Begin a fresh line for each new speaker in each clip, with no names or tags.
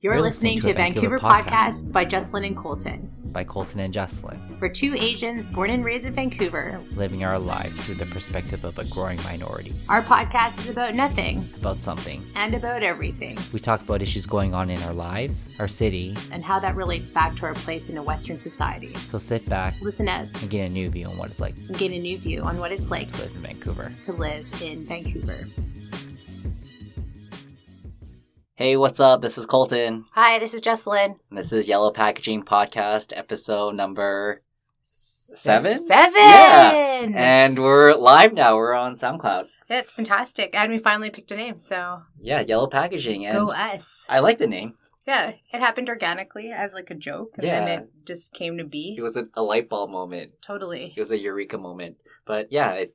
You're, listening, to, Vancouver, podcast, by Jocelyn and Colton.
by Colton and Jocelyn,
We're two Asians born and raised in Vancouver.
living our lives through the perspective of a growing minority
Our podcast is about nothing
about something.
and about everything
We talk about issues going on in our lives, our city,
and how that relates back to our place in a Western society.
so sit back
Listen up
and get a new view on what it's like
and get a new view on what it's like
to live in Vancouver.
to live in Vancouver.
Hey, what's up? This is Colton.
Hi, this is Jocelyn.
And this is Yellow Packaging Podcast, episode number seven?
Seven!
Yeah. And we're live now. We're on SoundCloud.
That's fantastic. And we finally picked a name, so
Yeah, Yellow Packaging. And
go us.
I like the name.
Yeah, it happened organically as like a joke, and
Yeah.
then it just came to be.
It was a, a light bulb moment.
totally.
It was a eureka moment. But yeah, it,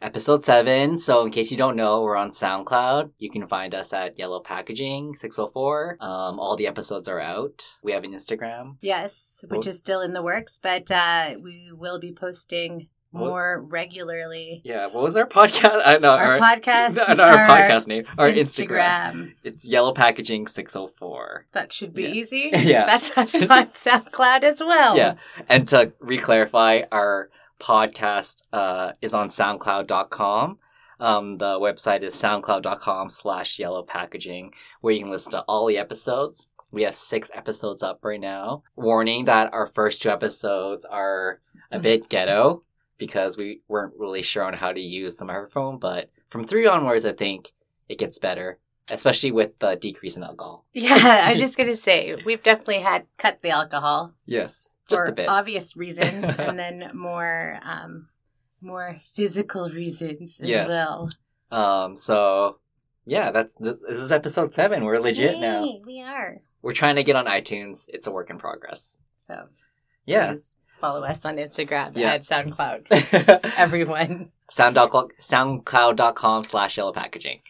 episode seven. So in case you don't know, we're on SoundCloud. You can find us at Yellow Packaging six hundred four. Um, all the episodes are out. We have an Instagram.
Yes,
Well-
which is still in the works, but uh, we will be posting
Well-
more regularly.
Yeah, what was our podcast? I know
Our, podcast,
no, not our podcast name. Our Instagram.
Instagram.
It's Yellow Packaging six hundred four.
That should be
Yeah.
easy.
Yeah.
that's us on SoundCloud as well.
Yeah, and to reclarify, our podcast uh, is on SoundCloud.com. Um, the website is soundcloud.com slash yellow packaging, where you can listen to all the episodes. We have six episodes up right now. Warning that our first two episodes are a bit ghetto because we weren't really sure on how to use the microphone, but from three onwards, I think it gets better, especially with the decrease in alcohol.
yeah. I was just gonna say we've definitely had cut the alcohol
Yes, just
for
a bit.
obvious reasons, and then more, um, more physical reasons as
Yes.
well.
Um, so yeah, that's this, this is episode seven. We're legit now.
Yay, We are.
We're trying to get on iTunes. It's a work in progress.
So
Yeah.
please follow us on Instagram
Yeah.
at SoundCloud.
Sound
Everyone.
SoundCloud.com slash yellow packaging.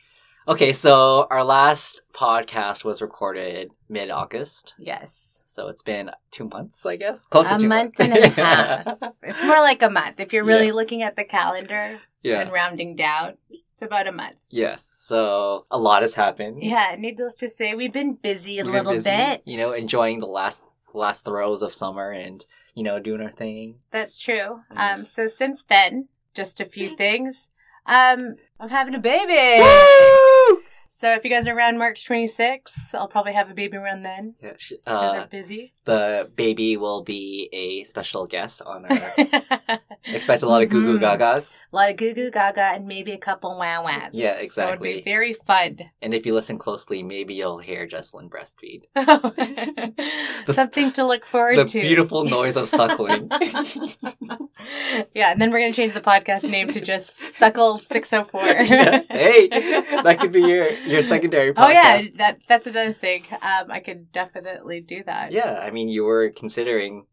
Okay, so our last podcast was recorded mid August.
Yes.
So it's been two months, I guess. Close
A
to two
month
months.
and a half. It's more like a month. If you're really
Yeah.
looking at the calendar
yeah.
and rounding down, it's about a month.
Yes. So a lot has happened.
Yeah, needless to say, we've been busy a
We've been
little
busy,
bit.
You know, enjoying the last last throes of summer and, you know, doing our thing.
That's true.
Mm.
Um, so since then, just a few things. Um, I'm having a baby. So if you guys are around March 26th, I'll probably have a baby around then.
Yeah, sh-
You guys
uh,
are busy.
the baby will be a special guest on our. uh, Expect a lot of Goo Goo
Mhm.
Gagas.
A lot of goo goo gaga and maybe a couple wow wows. So
Yeah,
it'd be
exactly.
very fun.
And if you listen closely, maybe you'll hear Jesslyn breastfeed.
Something to look forward
The
to.
beautiful noise of suckling.
yeah, and then we're gonna change the podcast name to just Suckle Six Hundred Four.
Yeah. Hey, that could be your, your secondary podcast.
Oh yeah, that that's another thing. Um, I could definitely do that.
Yeah, I mean, you were considering.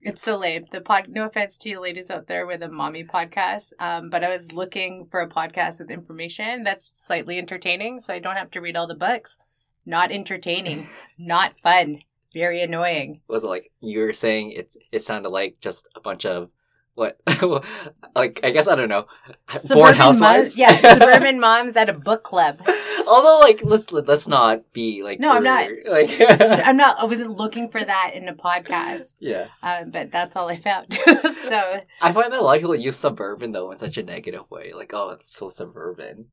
It's so lame. The pod. No offense to you ladies out there with a mommy podcast, um, but I was looking for a podcast with information that's slightly entertaining, so I don't have to read all the books. Not entertaining. not fun. Very annoying.
Was it like you were saying? It it sounded like just a bunch of what? like I guess I don't know. Born housewives.
moms. Yeah, suburban moms at a book club.
Although, like, let's let's not be like.
No, I'm not.
we're- Like,
I'm not. I wasn't looking for that in a podcast,
yeah,
um, but that's all I found. so
I find that a lot of people use suburban though in such a negative way. Like, oh, it's so suburban.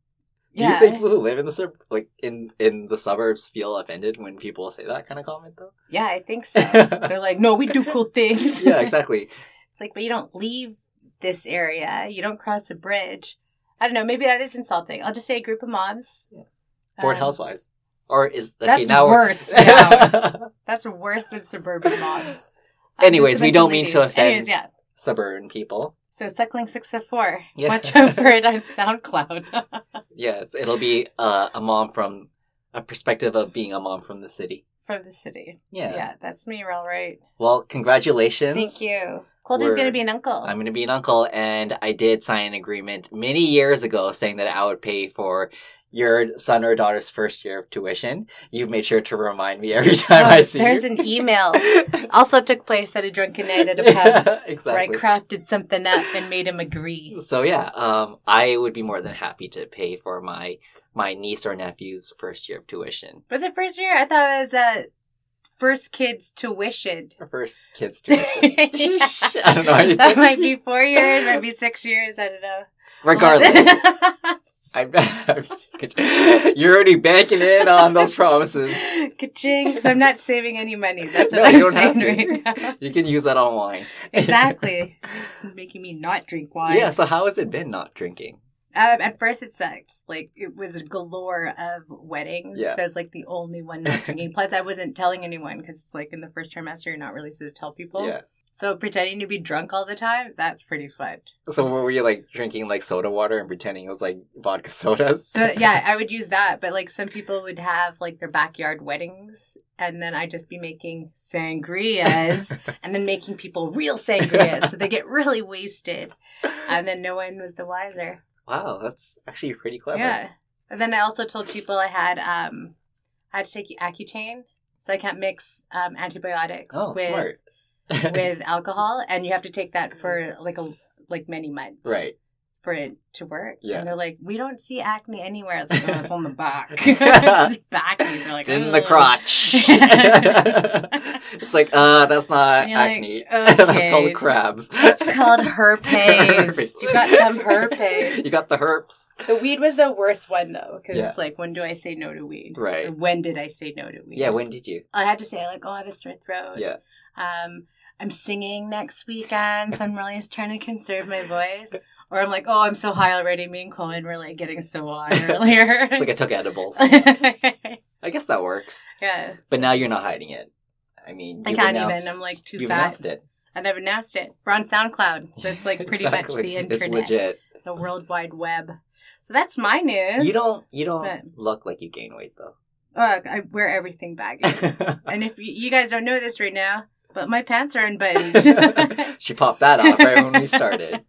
Do you
yeah,
think people who live in the sub- like in in the suburbs feel offended when people say that kind of comment though?
yeah, I think so. They're like, no, we do cool things.
yeah, exactly.
it's like, but you don't leave this area. You don't cross a bridge. I don't know. Maybe that is insulting. I'll just say a group of moms.
Yeah. Born
Um,
housewives, or is okay
that's
now? we're-
worse. now. That's worse than suburban moms. Um,
Anyways,
just
we
a bunch
don't
of
mean to
ladies.
offend.
Anyways, yeah.
Suburban people.
So suckling six of four.
Yeah.
Watch out for it on SoundCloud.
Yeah, it's, it'll be uh, a mom from a perspective of being a mom from the city.
from the city.
Yeah.
that's me, all right.
Well, congratulations.
Thank you. Colton's
We're-
going to be an uncle.
I'm going to be an uncle, and I did sign an agreement many years ago saying that I would pay for your son or daughter's first year of tuition. You've made sure to remind me every time
Oh,
I see
there's
you.
an email. also took place at a drunken night at a pub
yeah,
where I
exactly.
crafted something up and made him agree.
so yeah, um, I would be more than happy to pay for my my niece or nephew's first year of tuition.
Was it first year? I thought it was uh, first kids tuition.
Our first kids tuition. I don't know. how to
That
do-
might be four years, might be six years. I don't know.
Regardless, I'm, you're already banking in on those promises.
Ka-ching, 'cause I'm not saving any money. That's what
No,
I'm
you don't
saying
have to.
right now.
You can use that on wine.
Exactly. It's making me not drink wine.
yeah. So how has it been not drinking?
Um, at first, it sucked. Like it was a galore of weddings.
Yeah.
So I was like the only one not drinking. Plus, I wasn't telling anyone because it's like in the first trimester, you're not really supposed to tell people.
Yeah.
So pretending to be drunk all the time, that's pretty fun.
So were you like drinking like soda water and pretending it was like vodka sodas?
So yeah, I would use that. But like some people would have like their backyard weddings, and then I'd just be making sangrias, and then making people real sangrias, so they get really wasted, and then no one was the wiser.
wow, that's actually pretty clever.
Yeah. And then I also told people I had um, I had to take Accutane, so I can't mix um, antibiotics
Oh,
with
smart.
with alcohol, and you have to take that for like a like many months,
right.
for it to work.
Yeah.
And they're like, we don't see acne anywhere. I was like, oh, it's on the back. back. And they're like,
It's in the
"Ugh."
crotch. it's like, uh, that's not
And you're like,
acne. that's
"Okay,
called crabs.
It's called herpes.
Herpes.
you got some herpes.
You got the herpes.
The weed was the worst one though, because
Yeah.
it's like, when do I say no to weed?
Right.
When did I say no to weed?
Yeah, when did you?
I had to say like, oh, I have a sore throat.
Yeah.
Um, I'm singing next weekend, so I'm really just trying to conserve my voice. Or I'm like, oh, I'm so high already. Me and Coleman were like getting so high earlier.
It's like I took edibles. I guess that works.
yeah,
But now you're not hiding it. I mean,
I
you've
can't
announced-
even. I'm like too
You've
fat.
announced it.
And I've announced it. We're on SoundCloud, so it's like pretty much
Exactly.
the internet,
It's legit.
the World Wide Web. So that's my news.
you don't. You don't
but-
look like you gain weight though.
Ugh, I wear everything baggy. and if you, you guys don't know this right now, but my pants are unbuttoned.
she popped that off right when we started.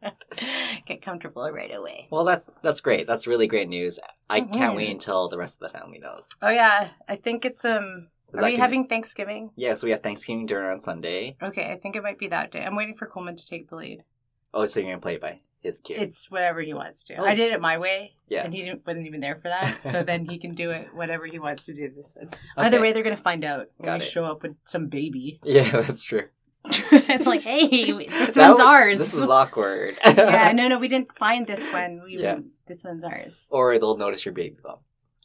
Get comfortable right away.
Well, that's that's great. That's really great news. I can't
Mhm.
wait until the rest of the family knows.
Oh yeah, I think it's um.
Is
are
that
we
gonna-
having Thanksgiving?
Yeah, so we have Thanksgiving dinner on Sunday.
Okay, I think it might be that day. I'm waiting for Coleman to take the lead.
Oh, so you're gonna play it by his kid.
It's whatever he wants to.
Oh.
I did it my way,
Yeah.
and he didn't, wasn't even there for that. So then he can do it whatever he wants to do this one.
Okay.
Either way, they're gonna find out when
Got
we
it.
show up with some baby.
Yeah, that's true.
it's like, hey, this
That
one's
was-
ours.
This is awkward.
yeah, no, no, we didn't find this one. We
Yeah.
this one's ours.
or they'll notice your baby bump.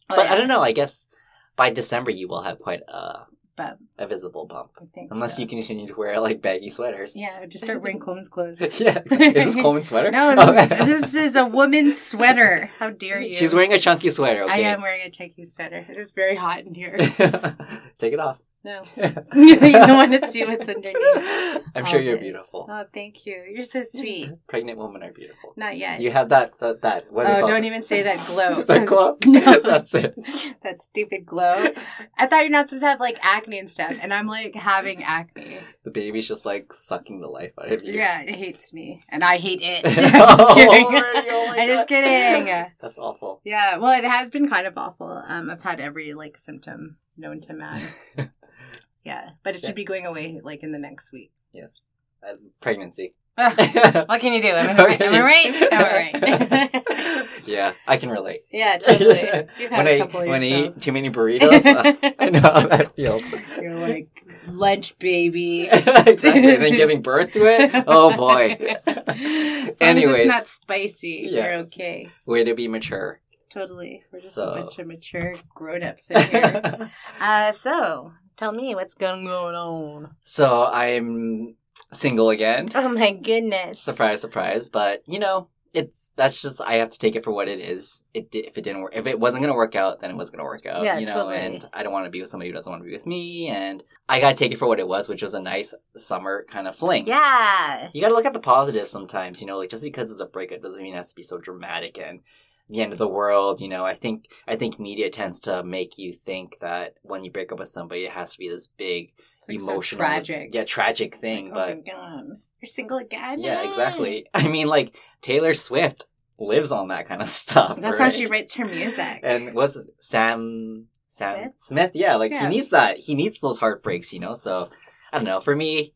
Oh,
but
yeah,
I don't know. I guess by December you will have quite a
Bump.
a visible bump,
I think
unless
so.
you continue to wear like baggy sweaters.
Yeah, just start wearing Coleman's clothes.
yeah. exactly. Is this Coleman's sweater?
No, this,
Okay.
this is a woman's sweater. How dare you?
She's wearing a chunky sweater. Okay.
I am wearing a chunky sweater. It is very hot in here.
Take it off.
No, you don't want to see what's underneath.
I'm sure
all
you're
this.
beautiful.
Oh, thank you. You're so sweet.
Pregnant women are beautiful.
Not yet.
You have that that, that what do you
oh,
call
don't
it?
even say that glow.
that glow.
No.
That's it.
that stupid glow. I thought you're not supposed to have like acne and stuff, and I'm like having acne.
The baby's just like sucking the life out of you.
Yeah, it hates me, and I hate it. I'm just kidding.
Already? Oh my
I'm just
God.
kidding.
That's awful.
Yeah, well, it has been kind of awful. Um, I've had every like symptom known to man. Yeah, but it
Yeah.
should be going away like in the next week.
Yes. Uh, pregnancy.
Ugh, what can you do? Am I right? Am I right? Am I right?
yeah, I can relate.
yeah, totally. You've had
when
a
I
couple
when I
yourself.
eat too many burritos, uh, I know how that feels.
You're like lunch baby.
exactly. And then giving birth to it. Oh boy.
As long as
Anyways,
it's not spicy.
Yeah.
You're okay.
way to be mature.
Totally. We're just
So-
a bunch of mature grown-ups in here. uh, so tell me what's going on.
so I'm single again.
Oh my goodness.
Surprise, surprise. But you know, it's that's just I have to take it for what it is. It di- if it didn't work, if it wasn't gonna work out, then it wasn't gonna work out.
Yeah,
you know,
totally.
and I don't want to be with somebody who doesn't want to be with me. And I gotta take it for what it was, which was a nice summer kind of fling.
Yeah.
You gotta look at the positives sometimes. You know, like just because it's a breakup doesn't mean it has to be so dramatic and the end of the world. You know, I think I think media tends to make you think that when you break up with somebody, it has to be this big
It's like so
emotional,
tragic.
yeah, tragic thing. but
oh my god. You're single again?
yeah,
Yay!
exactly. I mean, like Taylor Swift lives on that kind of stuff.
That's
right?
how she writes her music.
And what's it? Sam Sam
Smith?
Smith? Yeah, like
Yeah.
he needs that. He needs those heartbreaks, you know. So I don't know. For me,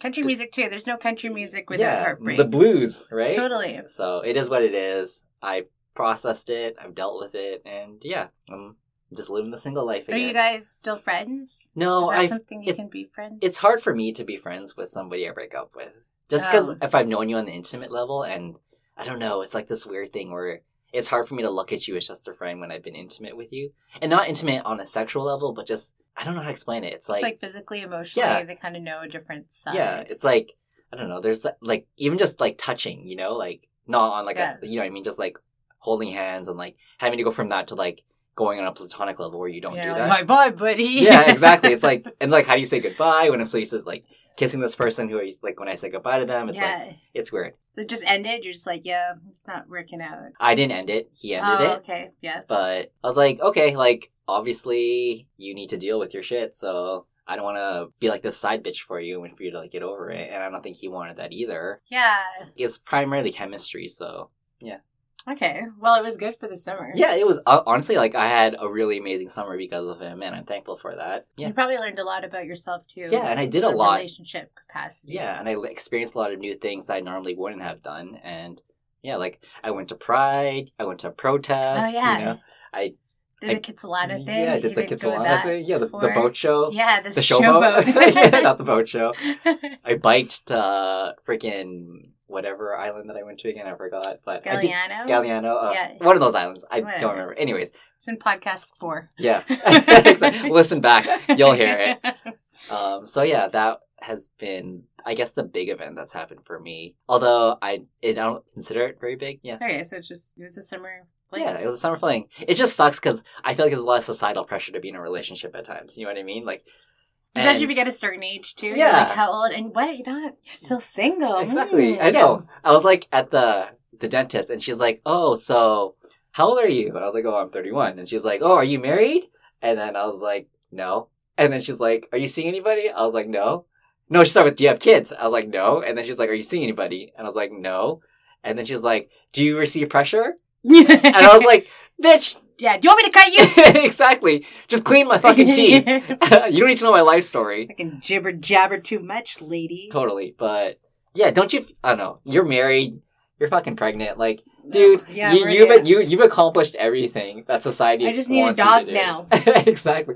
country music too. There's no country music without
yeah,
heartbreak.
the blues, right?
Totally.
So it is what it is. I processed it, I've dealt with it, and yeah, I'm just living the single life
Are
again.
you guys still friends? Is
no,
that
Oh, I
something you
it-
can be friends?
it's hard for me to be friends with somebody I break up with. Just because
Oh.
if I've known you on the intimate level, and I don't know, it's like this weird thing where it's hard for me to look at you as just a friend when I've been intimate with you. And not intimate on a sexual level, but just, I don't know how to explain it. It's
It's
like,
like physically, emotionally,
Yeah.
they kind of know a different side.
yeah, it's like, I don't know, there's like- like, even just like touching, you know, like not on like,
Yeah.
a, you know what I mean? Just like holding hands and like having to go from that to like going on a platonic level where you don't
Yeah,
do
like,
that.
My boy, buddy.
yeah, exactly. It's like and like how do you say goodbye when I'm so used to like kissing this person who I used- like when I say goodbye to them, it's
yeah.
like it's weird.
So it just ended. You're just like, yeah, it's not working out.
I didn't end it. He ended
oh,
it.
okay. Yeah.
But I was like, okay, like obviously you need to deal with your shit, so I don't want to be like this side bitch for you and for you to like get over it. And I don't think he wanted that either.
Yeah.
It's primarily chemistry, so
Okay. Well, it was good for the summer.
yeah, it was uh, honestly like I had a really amazing summer because of him, and I'm thankful for that. Yeah,
You probably learned a lot about yourself too.
yeah, and I did a
your
lot.
Relationship capacity.
Yeah, and I l- experienced a lot of new things I normally wouldn't have done. And yeah, like I went to Pride, I went to protests.
Oh yeah.
you know? I-
did
I-
the Kitsilano thing.
yeah, I did
You
the
didn't go with
Kitsilano
that
thing. Yeah, the, the
before?
boat show.
Yeah, this
the
showboat.
showboat. yeah, not the boat show. I biked to uh, freaking whatever island that I went to again. I forgot, but I did-
Galliano.
Galliano, uh,
Yeah.
one of those islands. I
Whatever.
don't remember. Anyways,
It's in podcast four.
yeah, Exactly. listen back. You'll hear it. Um, so yeah, that has been, I guess, the big event that's happened for me. Although I, I don't consider it very big. Yeah,
Okay, so it's just it was a summer. fling.
yeah, it was a summer fling. It just sucks because I feel like there's a lot of societal pressure to be in a relationship at times. You know what I mean? Like,
Especially
and-
if you get a certain age too. Yeah.
Yeah.
Like how old and what? You're not you're still single.
exactly.
Mm,
I know. I was like at the the dentist, and she's like, "Oh, so how old are you?" And I was like, "Oh, I'm 31." And she's like, "Oh, are you married?" And then I was like, "No." And then she's like, "Are you seeing anybody?" I was like, "No." No, she started with, "Do you have kids?" I was like, "No." And then she's like, "Are you seeing anybody?" And I was like, "No." And then she's like, "Do you receive pressure?"
Yeah.
And I was like, "Bitch,
Yeah, do you want me to cut you?
exactly. Just clean my fucking teeth. you don't need to know my life story.
Fucking jibber jabber too much, lady.
Totally, but yeah, don't you? I don't know. You're married. You're fucking pregnant. Like, dude,
Yeah,
you,
we're-
you've
yeah.
you you've accomplished everything that society.
I just need a
wants you
dog
to do.
now.
exactly.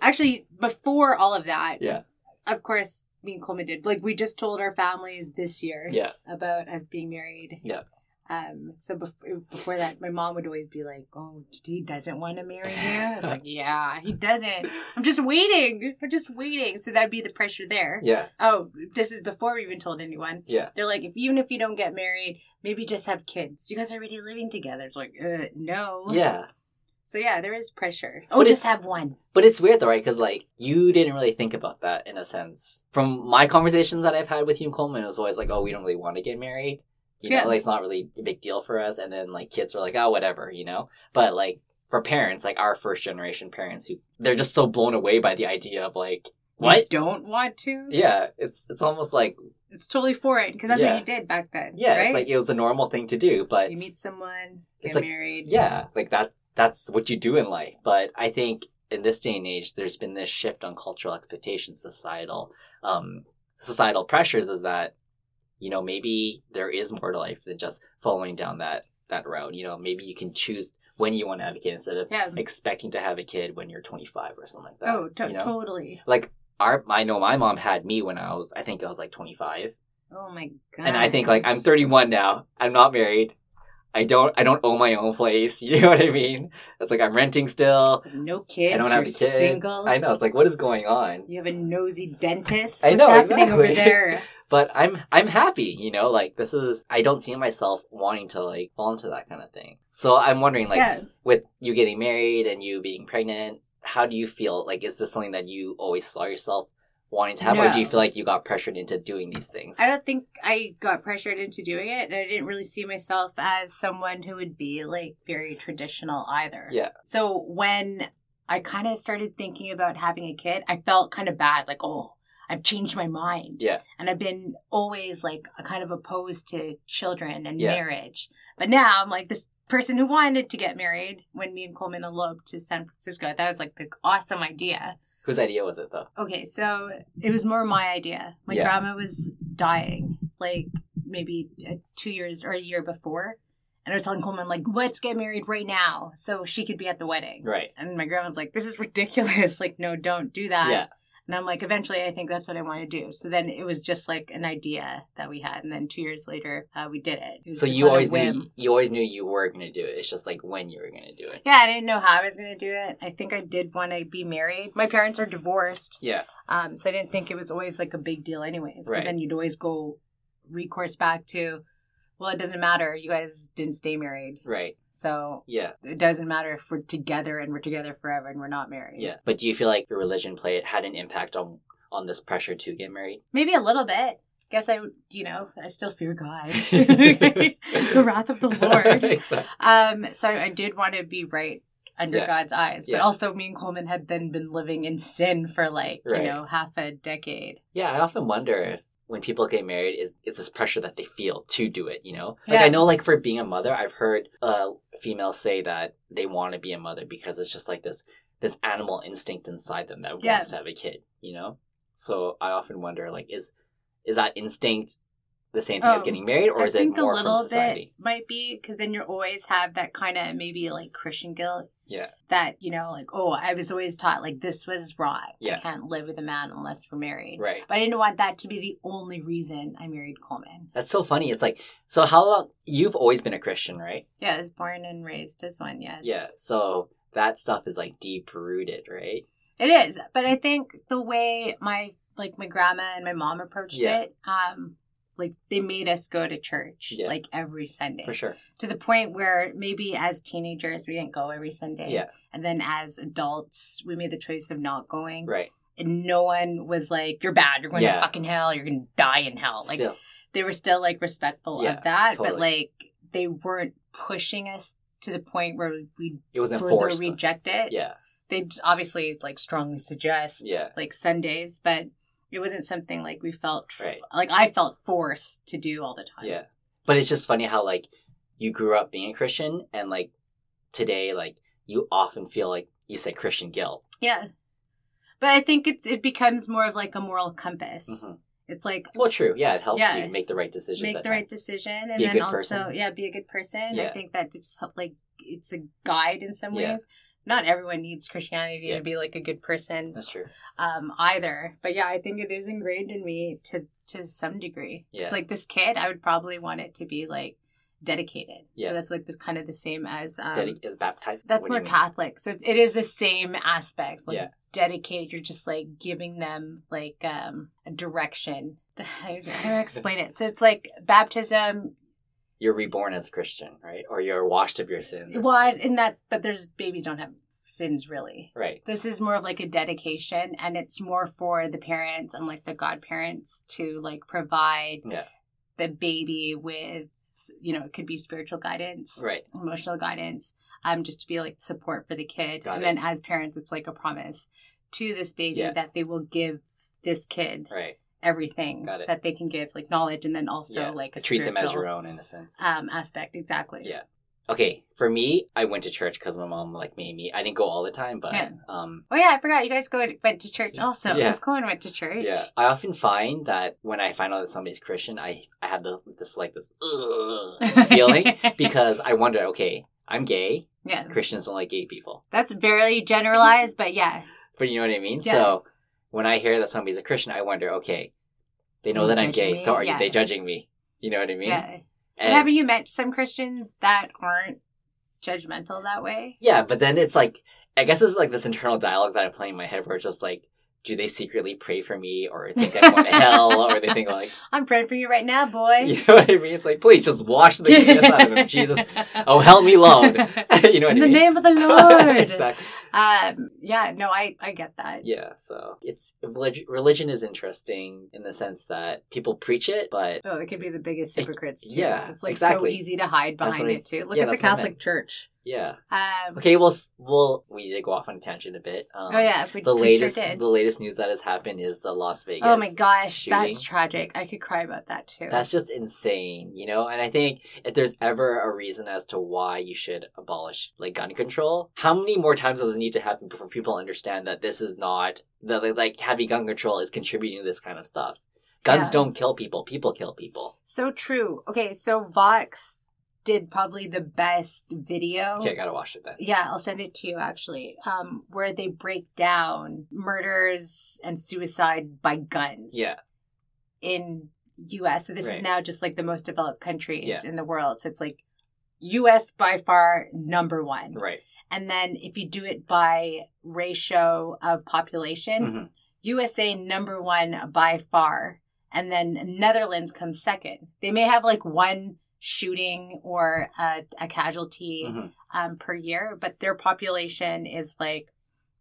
Actually, before all of that,
Yeah.
of course, me and Coleman did. Like we just told our families this year
Yeah.
about us being married.
Yeah.
Um. So before, before that, my mom would always be like, "Oh, he doesn't want to marry you." I was like, "Yeah, he doesn't. I'm just waiting. I'm just waiting." So that'd be the pressure there.
Yeah.
Oh, this is before we even told anyone.
Yeah.
They're like, if even if you don't get married, maybe just have kids. You guys are already living together. It's like, uh, no.
Yeah.
So yeah, there is pressure.
But
Oh,
it's-
just have one.
But it's weird though, right? Because like you didn't really think about that in a sense. From my conversations that I've had with you and Coleman, it was always like, "Oh, we don't really want to get married." You know,
Yeah.
like it's not really a big deal for us. And then like kids are like, "Oh, whatever," you know. But like for parents, like our first generation parents, who they're just so blown away by the idea of like
You
what.
don't want to.
Yeah, it's it's almost like
It's totally foreign because that's
Yeah.
what you did back then.
yeah,
Right?
it's like it was the normal thing to do, but
you meet someone, get
It's like-
married.
yeah, like that that's what you do in life. But I think in this day and age, there's been this shift on cultural expectations, societal um, societal pressures, is that you know maybe there is more to life than just following down that that road. You know, maybe you can choose when you want to have a kid instead of
Yeah.
expecting to have a kid when you're 25 or something like that.
oh, to-
uh, you know?
totally.
like our I know my mom had me when I was I think I was like 25
Oh my god.
and I think like I'm 31 now. I'm not married. I don't I don't own my own place. You know what I mean? It's like I'm renting still.
no kids.
I don't
you're
have a kid.
single.
I know it's like what is going on?
You have a nosy dentist.
I
What's
know,
happening over
exactly.
there?
But I'm I'm happy. You know, like this is I don't see myself wanting to like fall into that kind of thing. So I'm wondering like
yeah.
with you getting married and you being pregnant, how do you feel? Like is this something that you always saw yourself wanting to have, or do you
No.
feel like you got pressured into doing these things?
I don't think I got pressured into doing it, and I didn't really see myself as someone who would be like very traditional either.
Yeah.
So when I kind of started thinking about having a kid, I felt kind of bad, like, oh, I've changed my mind.
Yeah.
And I've been always like kind of opposed to children and
Yeah.
marriage. But now I'm like this person who wanted to get married when me and Coleman eloped to San Francisco. That was like the awesome idea.
Whose idea was it though?
Okay, so it was more my idea. My
Yeah.
grandma was dying, like maybe uh, two years or a year before, And I was telling Coleman, like, let's get married right now so she could be at the wedding.
Right.
And my grandma's like, this is ridiculous. Like, no, don't do that.
Yeah.
And I'm like, eventually, I think that's what I want to do. So then it was just like an idea that we had. And then two years later, uh, we did it. it was
So
just
you
on a
always
whim.
knew you always knew you were gonna do it. It's just like when you were gonna do it.
Yeah, I didn't know how I was going to do it. I think I did want to be married. My parents are divorced.
Yeah.
Um, so I didn't think it was always like a big deal, anyways.
Right.
But then you'd always go recourse back to, well, it doesn't matter. You guys didn't stay married.
Right.
So
Yeah.
it doesn't matter if we're together and we're together forever and we're not married.
Yeah. But do you feel like your religion play had an impact on on this pressure to get married?
Maybe a little bit. Guess I, would- you know, I still fear God, the wrath of the
Oh,
Lord.
Exact-
Um, so I did want to be right under
Yeah.
God's eyes, but
Yeah.
also me and Coleman had then been living in sin for like
Right.
you know half a decade.
Yeah, I often wonder if when people get married is it's this pressure that they feel to do it, you know? Like
Yeah.
I know like for being a mother, I've heard uh females say that they want to be a mother because it's just like this this animal instinct inside them that
Yeah.
wants to have a kid, you know? So I often wonder like is is that instinct the same thing as
Oh,
getting married or
I
is
think
it more
a little
from society?
bit might be because then you always have that kind of maybe like Christian guilt
Yeah.
that you know like oh I was always taught like this was wrong.
Yeah.
I can't live with a man unless we're married.
Right.
But I didn't want that to be the only reason I married Coleman.
That's so funny. It's like so how long you've always been a Christian, right?
Yeah, I was born and raised as one, yes.
Yeah. So that stuff is like deep rooted, right?
It is. But I think the way my like my grandma and my mom approached
Yeah.
it, um, like they made us go to church
Yeah.
like every Sunday.
For sure.
To the point where maybe as teenagers we didn't go every Sunday.
Yeah.
And then as adults we made the choice of not going.
Right.
And no one was like, You're bad, you're going
Yeah.
to fucking hell, you're gonna die in hell. Like
Still.
they were still like respectful
Yeah,
of that,
totally.
but like they weren't pushing us to the point where we'd
It was
further
enforced.
reject it.
yeah,
They obviously like strongly suggest
yeah,
like Sundays, but it wasn't something like we felt
Right.
like I felt forced to do all the time.
yeah. But it's just funny how like you grew up being a Christian, and like today, like you often feel like you say Christian guilt.
Yeah. But I think it it becomes more of like a moral compass.
Mhm.
It's like
Well, true. Yeah, it helps
Yeah.
you make the right decisions.
make
at
the
time.
right decision and
Be a
then
good
also
person.
yeah, be a good person. I
Yeah.
think that just help- like it's a guide in some
Yeah.
ways. Not everyone needs Christianity
Yeah.
to be like a good person.
That's true.
um, either. But yeah, I think it is ingrained in me to to some degree.
Yeah.
It's like this kid, I would probably want it to be like dedicated.
Yeah.
So that's like this kind of the same as um,
Dedi- is baptized.
that's
What do
more
you mean?
Catholic. So it, it is the same aspects. Like
Yeah.
dedicated, you're just like giving them like um, a direction. I don't know how to explain it. So it's like baptism.
You're reborn as a Christian, right? Or you're washed of your sins. or
Well, I-
something.
and that's but there's babies don't have sins really.
Right.
this is more of like a dedication and it's more for the parents and like the godparents to like provide
Yeah.
the baby with you know it could be spiritual guidance
Right.
emotional guidance um just to be like support for the kid
Got
and
it.
then as parents it's like a promise to this baby
Yeah.
that they will give this kid
Right.
everything
Got it.
that they can give like knowledge and then also
Yeah.
like a
Treat them as your
spiritual,
own in a sense.
um aspect exactly
Yeah. okay. For me, I went to church because my mom like made me. I didn't go all the time, but
Yeah.
um,
oh yeah i forgot you guys go went to church also
Yeah.
because cohen went to church
Yeah, I often find that when I find out that somebody's Christian, I I had the this like this ugh, feeling because I wonder, okay, I'm gay.
yeah
Christians don't like gay people,
That's very generalized, but yeah.
but you know what I mean.
Yeah.
So when I hear that somebody's a Christian, I wonder, okay, they know
Are you
that I'm gay,
judging
so
me?
are
Yeah.
they judging me? You know what I mean?
yeah. But
And-
haven't you met some Christians that aren't judgmental that way?
yeah, but then it's like I guess it's like this internal dialogue that I'm playing in my head, where it's just like. Do they secretly pray for me, or think I'm going to hell, or they think like,
I'm praying for you right now, boy.
you know what I mean? It's like, please just wash the goodness out of them, Jesus. Oh, help me, Lord. you know what
In
I
the
mean?
name of the Lord.
exactly.
Um yeah, no, I I get that.
Yeah. So it's relig- religion is interesting in the sense that people preach it, but
Oh, it could be the biggest
It-
hypocrites too.
yeah,
it's like
exactly.
so easy to hide
That's
behind
what I-
it too. Look
yeah,
at the
that's what I
Catholic Church.
yeah.
Um,
Okay. Well, s- we'll we did go off on a tangent a bit. Um,
oh yeah, we,
The
we sure
latest
did.
the latest news that has happened is the Las Vegas.
oh my gosh, that's
shooting.
tragic. I could cry about that too.
That's just insane, you know? And I think if there's ever a reason as to why you should abolish like gun control, how many more times does it need to happen before people understand that this is not that like heavy gun control is contributing to this kind of stuff? Guns
Yeah.
don't kill people, people kill people.
So true. Okay, so Vox did probably the best video.
Okay, I gotta watch it then.
Yeah, I'll send it to you actually. Um, where they break down murders and suicide by guns.
Yeah.
In U.S. So this
Right.
is now just like the most developed countries
Yeah.
in the world. So it's like U.S. by far number one.
Right.
And then if you do it by ratio of population,
Mhm.
USA number one by far, and then Netherlands comes second. They may have like one shooting or a, a casualty
Mhm.
um, per year, but their population is like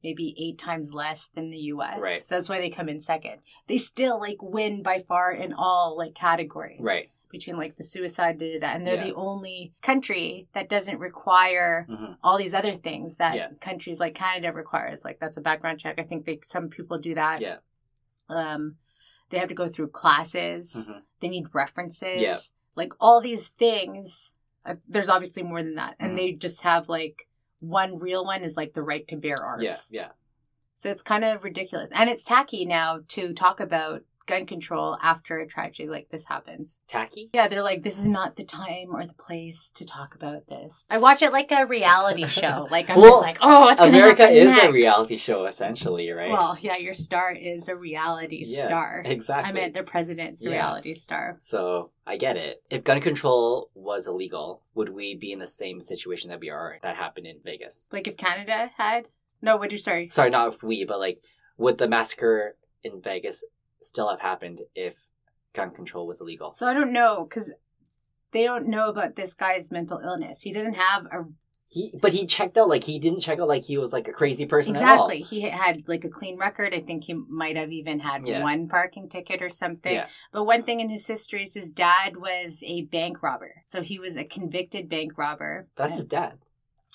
maybe eight times less than the U.S.
Right.
So that's why they come in second. They still like win by far in all like categories
Right.
between like the suicide da, da, da, and they're
Yeah.
the only country that doesn't require
Mhm.
all these other things that
Yeah.
countries like Canada requires. Like that's a background check. I think they some people do that.
Yeah.
Um, they have to go through classes.
Mhm.
They need references.
Yeah.
Like all these things. Uh, there's obviously more than that, and
Mhm.
they just have like one real one is like the right to bear arms.
Yeah. Yeah.
So it's kind of ridiculous, and it's tacky now to talk about gun control after a tragedy like this happens.
Tacky.
Yeah, they're like, this is not the time or the place to talk about this. I watch it like a reality show. Like I'm
Well,
just like, oh, it's gonna
America
happen
is a
next.
reality show essentially, right?
Well, yeah, your star is a reality
Yeah,
star.
exactly.
I meant the president's a
Yeah.
reality star.
So I get it. If gun control was illegal, would we be in the same situation that we are that happened in Vegas?
Like if Canada had no, what do you sorry?
Sorry, not if we, but like, would the massacre in Vegas still have happened if gun control was illegal?
So I don't know because they don't know about this guy's mental illness. He doesn't have a
He, but he checked out. Like he didn't check out. Like he was like a crazy person. at all.
exactly. He had like a clean record. I think he might have even had
Yeah.
one parking ticket or something.
Yeah.
But one thing in his history is his dad was a bank robber. So he was a convicted bank robber.
That's his dad.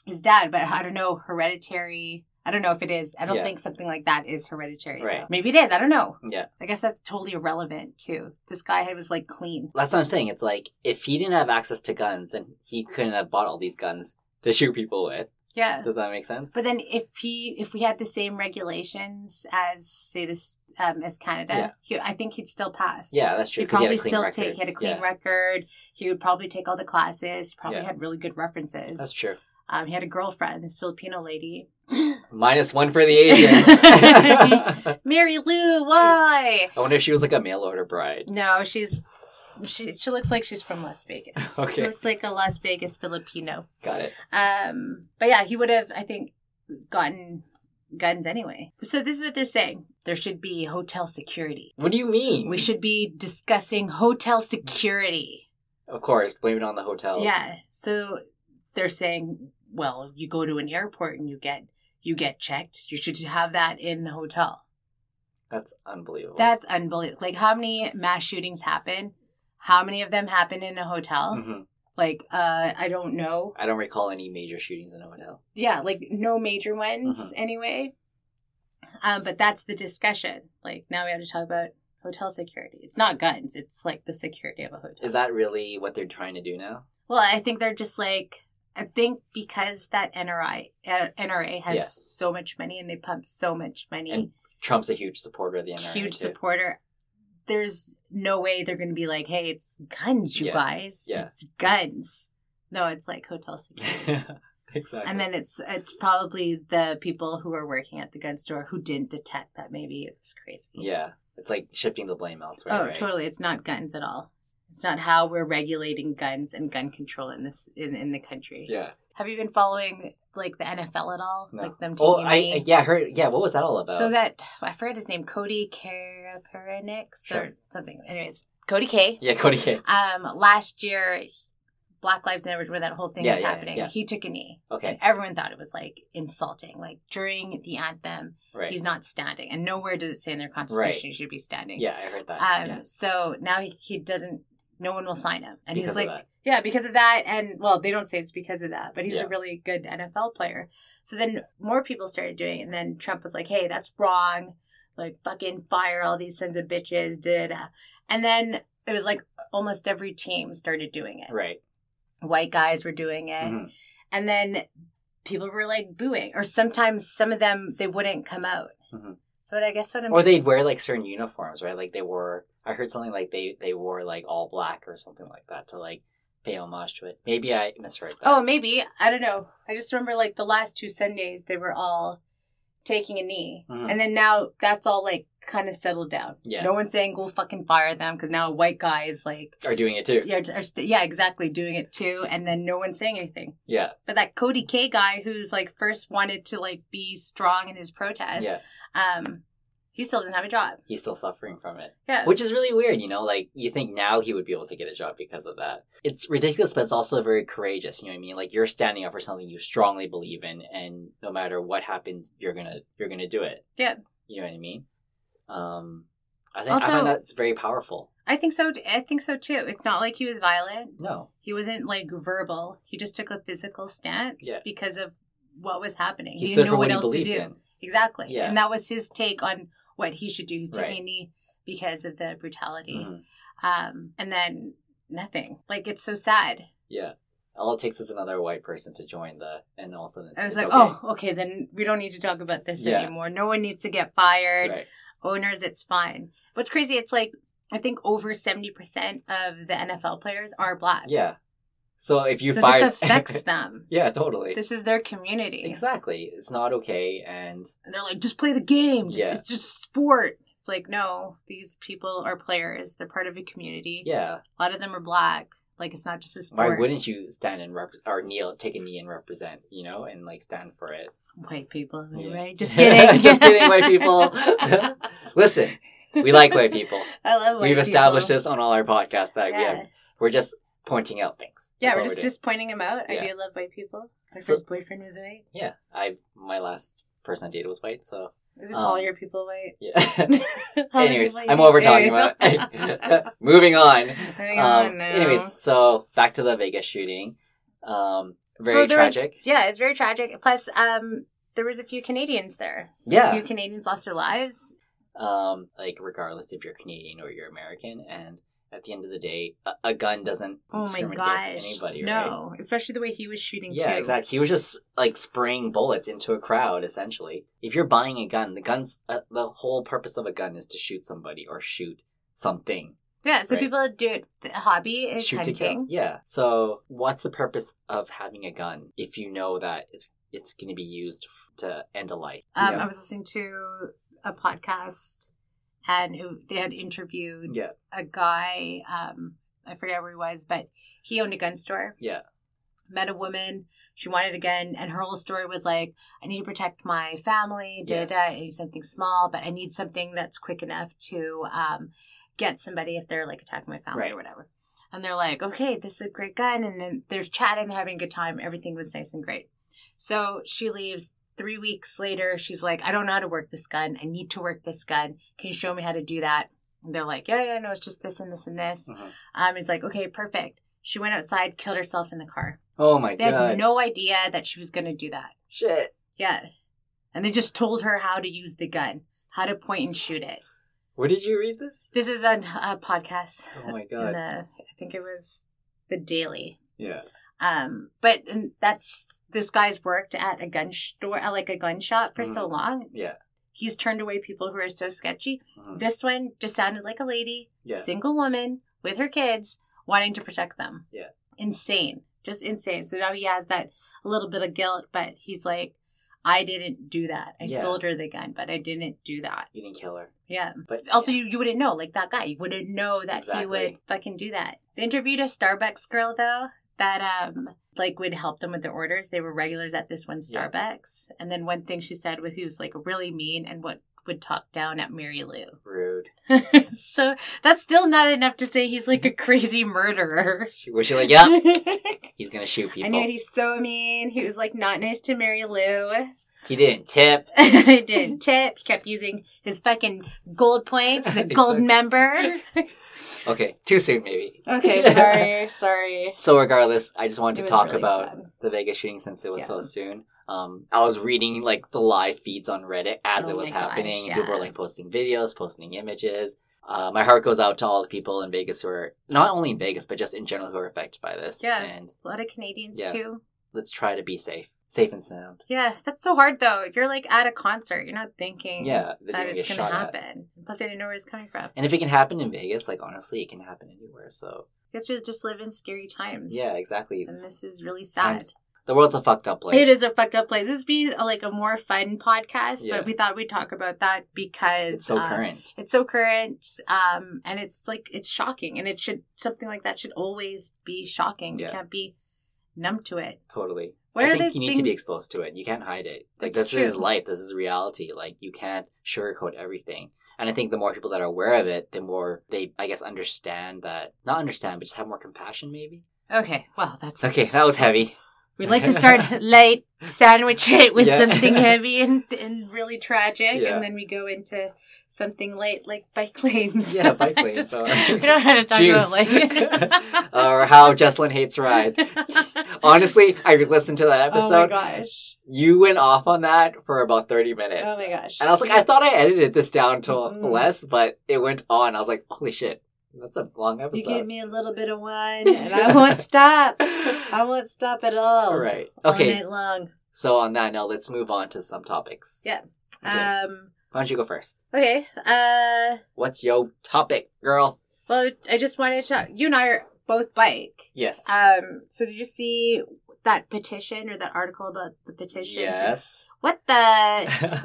his dad, but I don't know, hereditary. I don't know if it is. I don't
Yeah.
think something like that is hereditary. though.
Right.
Maybe it is. I don't know.
Yeah.
I guess that's totally irrelevant too. This guy had- was like clean.
That's what I'm saying. It's like if he didn't have access to guns, then he couldn't have bought all these guns to shoot people with.
Yeah.
Does that make sense?
But then if he if we had the same regulations as say this um, as Canada, he, I think he'd still pass.
yeah, that's true.
He'd
'cause he had
probably
a clean
still
record.
take. He had a clean
Yeah,
record. He would probably take all the classes. He probably
Yeah.
had really good references.
That's true.
Um, he had a girlfriend, this Filipino lady,
Minus one for the Asians. I
Mary Lou. Why?
wonder if she was like a mail order bride.
No, she's she. She looks like she's from Las Vegas.
Okay.
she looks like a Las Vegas Filipino.
Got it.
Um, but yeah, he would have, I think, gotten guns anyway. So this is what they're saying: there should be hotel security.
What do you mean?
We should be discussing hotel security.
Of course, blame it on the hotels.
Yeah. So they're saying, well, you go to an airport and you get you get checked. You should have that in the hotel.
That's unbelievable.
That's unbelievable. Like how many mass shootings happen? How many of them happen in a hotel?
Mhm.
Like uh I don't know.
I don't recall any major shootings in a hotel.
Yeah, like no major
Uh-huh.
ones anyway. Um but that's the discussion. Like now we have to talk about hotel security. It's not guns, it's like the security of a hotel.
Is that really what they're trying to do now?
Well, I think they're just like I think because that NRI uh, NRA has
Yeah.
so much money and they pump so much money,
And Trump's a huge supporter of the NRA.
huge
too.
supporter. There's no way they're going to be like, "Hey, it's guns, you
Yeah.
guys.
Yeah.
It's guns." No, it's like hotel security.
exactly.
And then it's it's probably the people who are working at the gun store who didn't detect that maybe it was crazy.
yeah, it's like shifting the blame elsewhere.
Oh,
right?
totally. It's not guns at all. It's not how we're regulating guns and gun control in this in, in the country.
Yeah.
Have you been following like the NFL at all?
No.
Like them taking
Well, I,
away-
I yeah I heard yeah. What was that all about?
so that I forgot his name, Cody Karaparanik or
Sure.
something. Anyways, Cody K.
yeah, Cody K.
Um, last year, Black Lives Matter, where that whole thing
Yeah,
was
yeah,
happening,
yeah.
he took a knee, and
Okay,
everyone thought it was like insulting. Like during the anthem,
right.
he's not standing, and nowhere does it say in their constitution
Right.
he should be standing.
yeah, I heard that.
Um,
yeah.
so now he, he doesn't. No one will sign him, and
Because
he's
of
like,
that.
yeah, because of that, and well, they don't say it's because of that, but he's
Yeah.
a really good NFL player. So then more people started doing, it, and then Trump was like, "Hey, that's wrong. Like, fucking fire all these sons of bitches." Da da. And then it was like almost every team started doing it.
right.
White guys were doing it,
Mhm.
and then people were like booing, or sometimes some of them they wouldn't come out.
Mhm.
So what I guess what I'm
Or they'd wear like certain uniforms, right? Like they wore. I heard something like they they wore like all black or something like that to like pay homage to it. Maybe I misread that.
Oh, maybe. I don't know. I just remember like the last two Sundays they were all taking a knee.
Mhm.
And then now that's all like kind of settled down.
Yeah.
No one's saying go fucking fire them because now a white guy is like,
Are doing it too.
yeah, are st- yeah, exactly, doing it too. And then no one's saying anything.
Yeah.
But that Cody K guy who's like first wanted to like be strong in his protest,
Yeah.
um, he still doesn't have a job.
He's still suffering from it.
Yeah.
Which is really weird, you know, like you think now he would be able to get a job because of that. It's ridiculous, but it's also very courageous, you know what I mean? Like you're standing up for something you strongly believe in and no matter what happens, you're gonna you're gonna do it.
Yeah.
You know what I mean? Um I think I
Also-
find that's very powerful.
I think so. I think so too. It's not like he was violent.
No.
he wasn't like verbal. He just took a physical stance
Yeah.
because of what was happening.
He,
He,
stood
didn't
for
know
what
what
he
else to
believed
do.
in.
Exactly.
Yeah.
And that was his take on what he should do. He's taking
Right.
a knee because of the brutality.
Mhm.
Um, and then nothing. Like it's so sad.
Yeah. All it takes is another white person to join the and all of a sudden it's,
I was
it's
like,
okay.
oh, okay, then we don't need to talk about this
Yeah.
anymore. No one needs to get fired.
Right.
Owners, it's fine. What's crazy, it's like I think over seventy percent of the NFL players are black.
Yeah. So if you
so
fired
this affects them.
Yeah, totally.
This is their community.
Exactly. It's not okay and
And they're like, just play the game. Just,
Yeah.
It's just sport. It's like, no, these people are players. They're part of a community.
yeah.
A lot of them are black. Like, it's not just a
Why
sport.
wouldn't you stand and rep- or kneel, take a knee and represent, you know, and like stand for it?
White people, am I
Yeah.
right? Just kidding.
Just kidding, white people. Listen, we like white people.
I love white
We've established
people.
this on all our podcasts that
Yeah,
we have, we're just pointing out things.
yeah
That's
we're
all
just,
doing.
just pointing them out.
Yeah.
I do love white people. My
So-
first boyfriend was white.
yeah. I my last person I dated was white, so
Isn't
Um,
all your people white?
yeah.
All your
Anyways,
people
I'm
white?
over talking
Anyways.
about it. Moving on.
Moving
Um,
on now.
Anyways, so back to the Vegas shooting. Um, very
So there was-
tragic.
yeah, it's very tragic. Plus, um, there was a few Canadians there. So A
Yeah.
few Canadians lost their lives.
um, like regardless if you're Canadian or you're American, and at the end of the day, a, a gun doesn't
Oh my
discriminate
gosh!
against anybody, right?
no, especially the way he was shooting.
Yeah,
too.
exactly. He was just like spraying bullets into a crowd, essentially. If you're buying a gun, the guns, uh, the whole purpose of a gun is to shoot somebody or shoot something.
Yeah, so
Right.
people that do it. The hobby is
shoot to kill.
hunting.
Yeah. So, what's the purpose of having a gun if you know that it's it's going to be used f- to end a life? you
Um,
know?
I was listening to a podcast, and it, they had interviewed
yeah.
a guy. Um, I forget where he was, but he owned a gun store.
Yeah.
Met a woman. She wanted a gun, and her whole story was like, "I need to protect my family. Da da. I need something small, but I need something that's quick enough to um, get somebody if they're like attacking my family
Right.
or whatever." And they're like, "Okay, this is a great gun." And then they're chatting, they're having a good time. Everything was nice and great. So she leaves. Three weeks later, she's like, I don't know how to work this gun. I need to work this gun. Can you show me how to do that? And they're like, yeah, yeah, no, it's just this and this and this.
Mhm.
Um, he's like, okay, perfect. She went outside, killed herself in the car.
Oh my
They had
god.
no idea that she was going to do that.
Shit.
Yeah. And they just told her how to use the gun, how to point and shoot it.
Where did you read this?
This is on a podcast.
Oh my
in
god.
the, I think it was The Daily.
yeah.
Um, but and that's this guy's worked at a gun store, at like a gun shop for
Mm-hmm.
so long.
Yeah.
He's turned away people who are so sketchy.
Mhm.
This one just sounded like a lady,
Yeah.
single woman with her kids, wanting to protect them.
Yeah.
Insane. Just insane. So now he has that a little bit of guilt, but he's like, I didn't do that. I
Yeah.
sold her the gun, but I didn't do that.
You didn't kill her.
Yeah.
But
Also, you, you wouldn't know, like that guy. You wouldn't know that he would
Exactly.
fucking do that. They interviewed a Starbucks girl, though, that, um, like would help them with their orders. They were regulars at this one
Yeah.
Starbucks. And then one thing she said was he was like really mean and what would talk down at Mary Lou.
rude.
so that's still not enough to say he's like a crazy murderer.
She, was she like, yeah, he's gonna shoot
I
people.
knew it. He's so mean. He was like not nice to Mary Lou.
he didn't tip.
I didn't tip. He kept using his fucking gold points. He's a gold
Exactly.
member.
Okay, too soon maybe.
okay, sorry, sorry.
So regardless, I just wanted
It was
to talk
really
about
sad.
the Vegas shooting since it was so
Yeah.
soon. Um, I was reading like the live feeds on Reddit as
Oh
it was
my gosh,
happening. and
yeah.
People were like posting videos, posting images. Uh, my heart goes out to all the people in Vegas who are not only in Vegas but just in general who are affected by this.
Yeah.
And
A lot of Canadians
Yeah.
too.
let's try to be safe, safe and sound.
Yeah, that's so hard though. You're like at a concert. You're not thinking
Yeah,
that
they're gonna
it's
get
gonna
shot at.
happen. Plus, I didn't know where it's coming from.
And if it can happen in Vegas, like honestly, it can happen anywhere. So
guess we just live in scary times.
Yeah, exactly.
And
It's-
this is really sad.
times- the world's a fucked up place.
It is a fucked up place. This would be like a more fun podcast,
Yeah.
but we thought we'd talk about that because
It's so
um,
current.
It's so current, um, and it's like it's shocking, and it should something like that should always be shocking.
Yeah.
You can't be numb to it.
Totally.
Where
I
are
think
those
you need to be
things-
exposed to it. You can't hide it. Like
That's
this is
true.
life. This is reality. Like you can't sugarcoat everything. And I think the more people that are aware of it, the more they, I guess, understand that. Not understand, but just have more compassion, maybe.
Okay, well that's
Okay, that was heavy.
we like to start light, sandwich it with
Yeah.
something heavy and and really tragic,
Yeah.
and then we go into something light like bike lanes.
Yeah, bike lanes,
Just-
so-
we don't have to talk
Juice.
about like
or how Jesslyn hates ride. Honestly, I listened to
Oh
that
my
episode.
gosh.
you went off on that for about thirty minutes.
Oh my gosh.
And I was like, I thought I edited this down to
Mm-mm.
less, but it went on. I was like, holy shit, that's a long
you give
episode.
me a little bit of wine and I won't stop. I won't stop at all.
All right.
All
Okay.
night long.
So on that note, let's move on to some topics.
Yeah.
Okay.
Um
Why don't you go first?
okay. Uh
What's your topic, girl?
well I just wanted to talk you and I are both bike.
Yes.
Um so did you see that petition or that article about the petition? to-
yes.
what the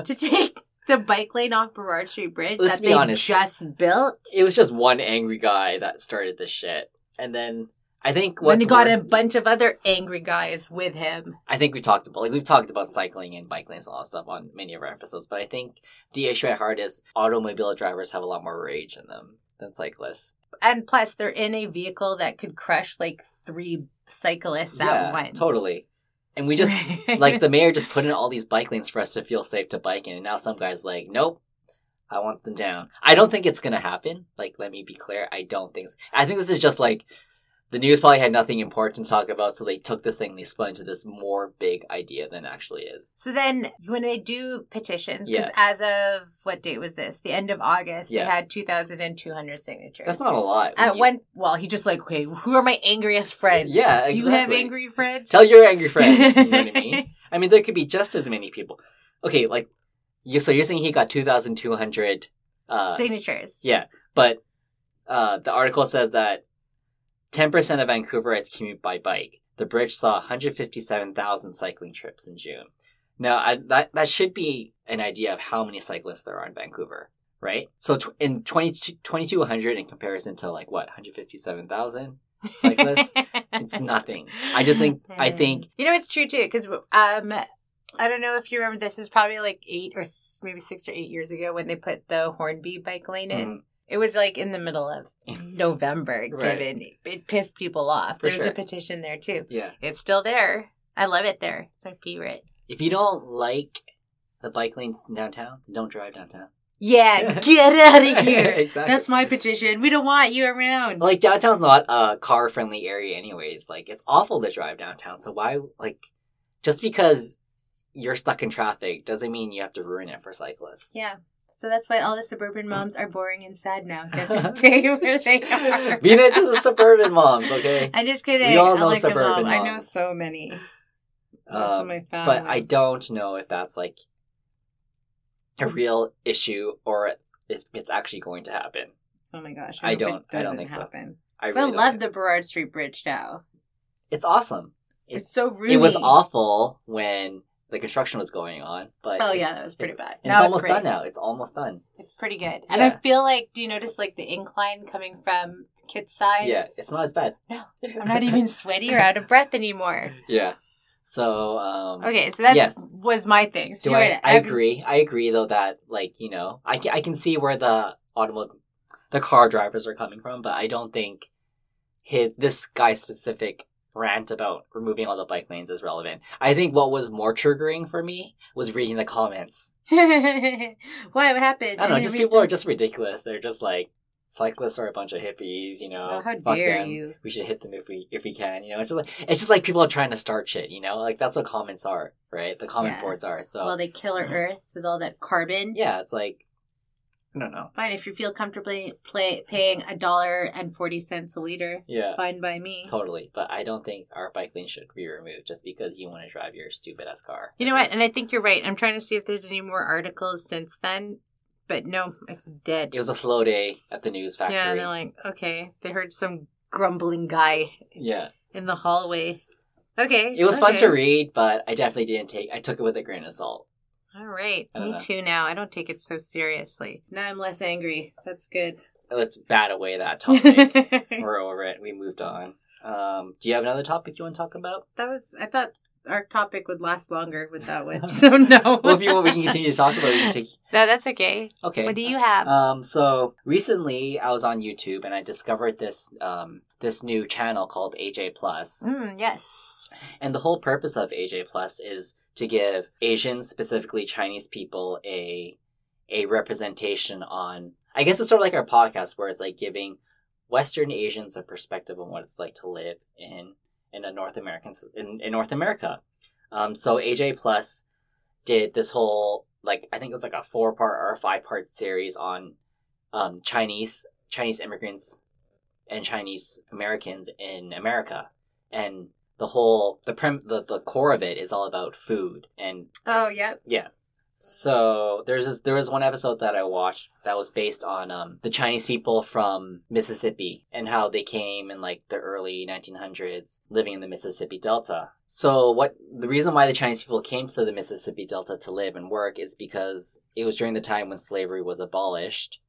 to take the bike lane off Burrard Street Bridge
Let's
that
be
they
honest.
just built?
it was just one angry guy that started this shit, and then I think
When
what's
they got
worse-
a bunch of other angry guys with him.
I think we talked about like we've talked about cycling and bike lanes and all that stuff on many of our episodes, but I think the issue at heart is automobile drivers have a lot more rage in them than cyclists.
and plus they're in a vehicle that could crush like three cyclists at once.
totally. And we just like the mayor just put in all these bike lanes for us to feel safe to bike in, and now some guys like, nope, I want them down. I don't think it's gonna happen. Like, let me be clear, I don't think. So. I think this is just like the news probably had nothing important to talk about, so they took this thing and they spun into this more big idea than it actually is.
So then when they do petitions, because
Yeah.
as of what date was this? The end of August,
Yeah.
they had two thousand and two hundred signatures.
That's not a lot.
at
You-
one. Well, he just like, okay, who are my angriest friends?
Yeah,
Do you have
exactly.
angry friends?
Tell your angry friends. You know what I mean? I mean, there could be just as many people. Okay, like, you, so you're saying he got 2,200, uh,
signatures.
yeah, but uh, the article says that 10% of Vancouverites commute by bike. The bridge saw 157,000 cycling trips in June. Now, I, that, that should be an idea of how many cyclists there are in Vancouver, right? So tw- in 20, 2,200 in comparison to, like, what, 157,000 cyclists? It's nothing. I just think- I
Hmm.
think-
you know it's true too because um I don't know if you remember this is probably like eight or s- maybe six or eight years ago when they put the Hornby bike lane in.
Mhm.
It was like in the middle of November.
Right.
Given it pissed people off.
For
there was
sure.
a petition there too.
Yeah.
It's still there. I love it there. It's my favorite.
If you don't like the bike lanes downtown, then don't drive downtown.
Yeah, get out of here.
exactly.
That's my petition. We don't want you around.
like downtown's not a car friendly area, anyways. Like it's awful to drive downtown. So why like just because you're stuck in traffic doesn't mean you have to ruin it for cyclists.
Yeah. So that's why all the suburban moms are boring and sad now. They have to stay where they are.
Beat it to the suburban moms, okay?
I'm just kidding.
We all know
I like them all.
suburban
I know
moms.
so many. Most of
Um,
my family.
but I don't know if that's like a real issue or if it's actually going to happen.
oh my gosh,
I
hope it
don't- I don't
doesn't
think so.
happen.
I,
So I,
really don't
love
think-
the Burrard Street Bridge now.
It's awesome.
It's, so roomy.
It was awful when the construction was going on, but
Oh
it's-
yeah, that was pretty
it's-
bad.
It's
Now it's
almost
great.
done now. It's almost done.
It's pretty good, and I
Yeah.
feel like do you notice like the incline coming from the kids' side?
yeah, it's not as bad.
No, I'm not even sweaty or out of breath anymore.
yeah. So um,
Okay, so that
Yes.
was my thing. So
Do
you're
I?
right.
I
I'm-
agree. I agree though that like you know I can, I can see where the automobile, the car drivers are coming from, but I don't think his, this guy specific rant about removing all the bike lanes is relevant. I think what was more triggering for me was reading the comments.
Why? What happened?
I don't know.
didn't
Just
read
people are
them.
just ridiculous. They're just like cyclists are a bunch of hippies. You know,
Oh, how
fuck
dare
them.
you?
We should hit them if we if we can. You know, it's just like it's just like people are trying to start shit. You know, like that's what comments are, right? The comment
Yeah.
boards are. So Uh-huh.
Well, they kill our Earth with all that carbon.
yeah, it's like I don't know.
Fine, if you feel comfortably play, paying a dollar and forty cents a liter,
Yeah,
fine by me.
totally. But I don't think our bike lane should be removed just because you want to drive your stupid ass car.
You know what? And I think you're right. I'm trying to see if there's any more articles since then, but no, it's dead.
It was a slow day at the news factory.
Yeah, they're like, okay, they heard some grumbling guy
Yeah.
in the hallway. Okay.
It was fun to
okay.
read, but I definitely didn't take I took it with a grain of salt.
All right.
I don't
Me
know.
too now. I don't take it so seriously. Now I'm less angry. That's good.
Let's bat away that topic. We're over it. We moved on. Um, do you have another topic you want to talk about?
That was. I thought our topic would last longer with that one. So no.
Well, if you want, we can continue to talk about it. We can take-
No, that's okay.
Okay.
What do you have?
Um, so recently I was on YouTube and I discovered this um this new channel called AJ Plus.
mm, yes.
And the whole purpose of AJ Plus is to give Asian, specifically Chinese people, a a representation on I guess it's sort of like our podcast where it's like giving Western Asians a perspective on what it's like to live in in a North American s- in, in North America. Um, so AJ Plus did this whole like I think it was like a four part or a five part series on um, Chinese Chinese immigrants and Chinese Americans in America, and the whole the prim the, the core of it is all about food and
Oh, yep.
so there's this, there was one episode that I watched that was based on um, the Chinese people from Mississippi and how they came in like the early 1900s living in the Mississippi Delta. So what the reason why the Chinese people came to the Mississippi Delta to live and work is because it was during the time when slavery was abolished,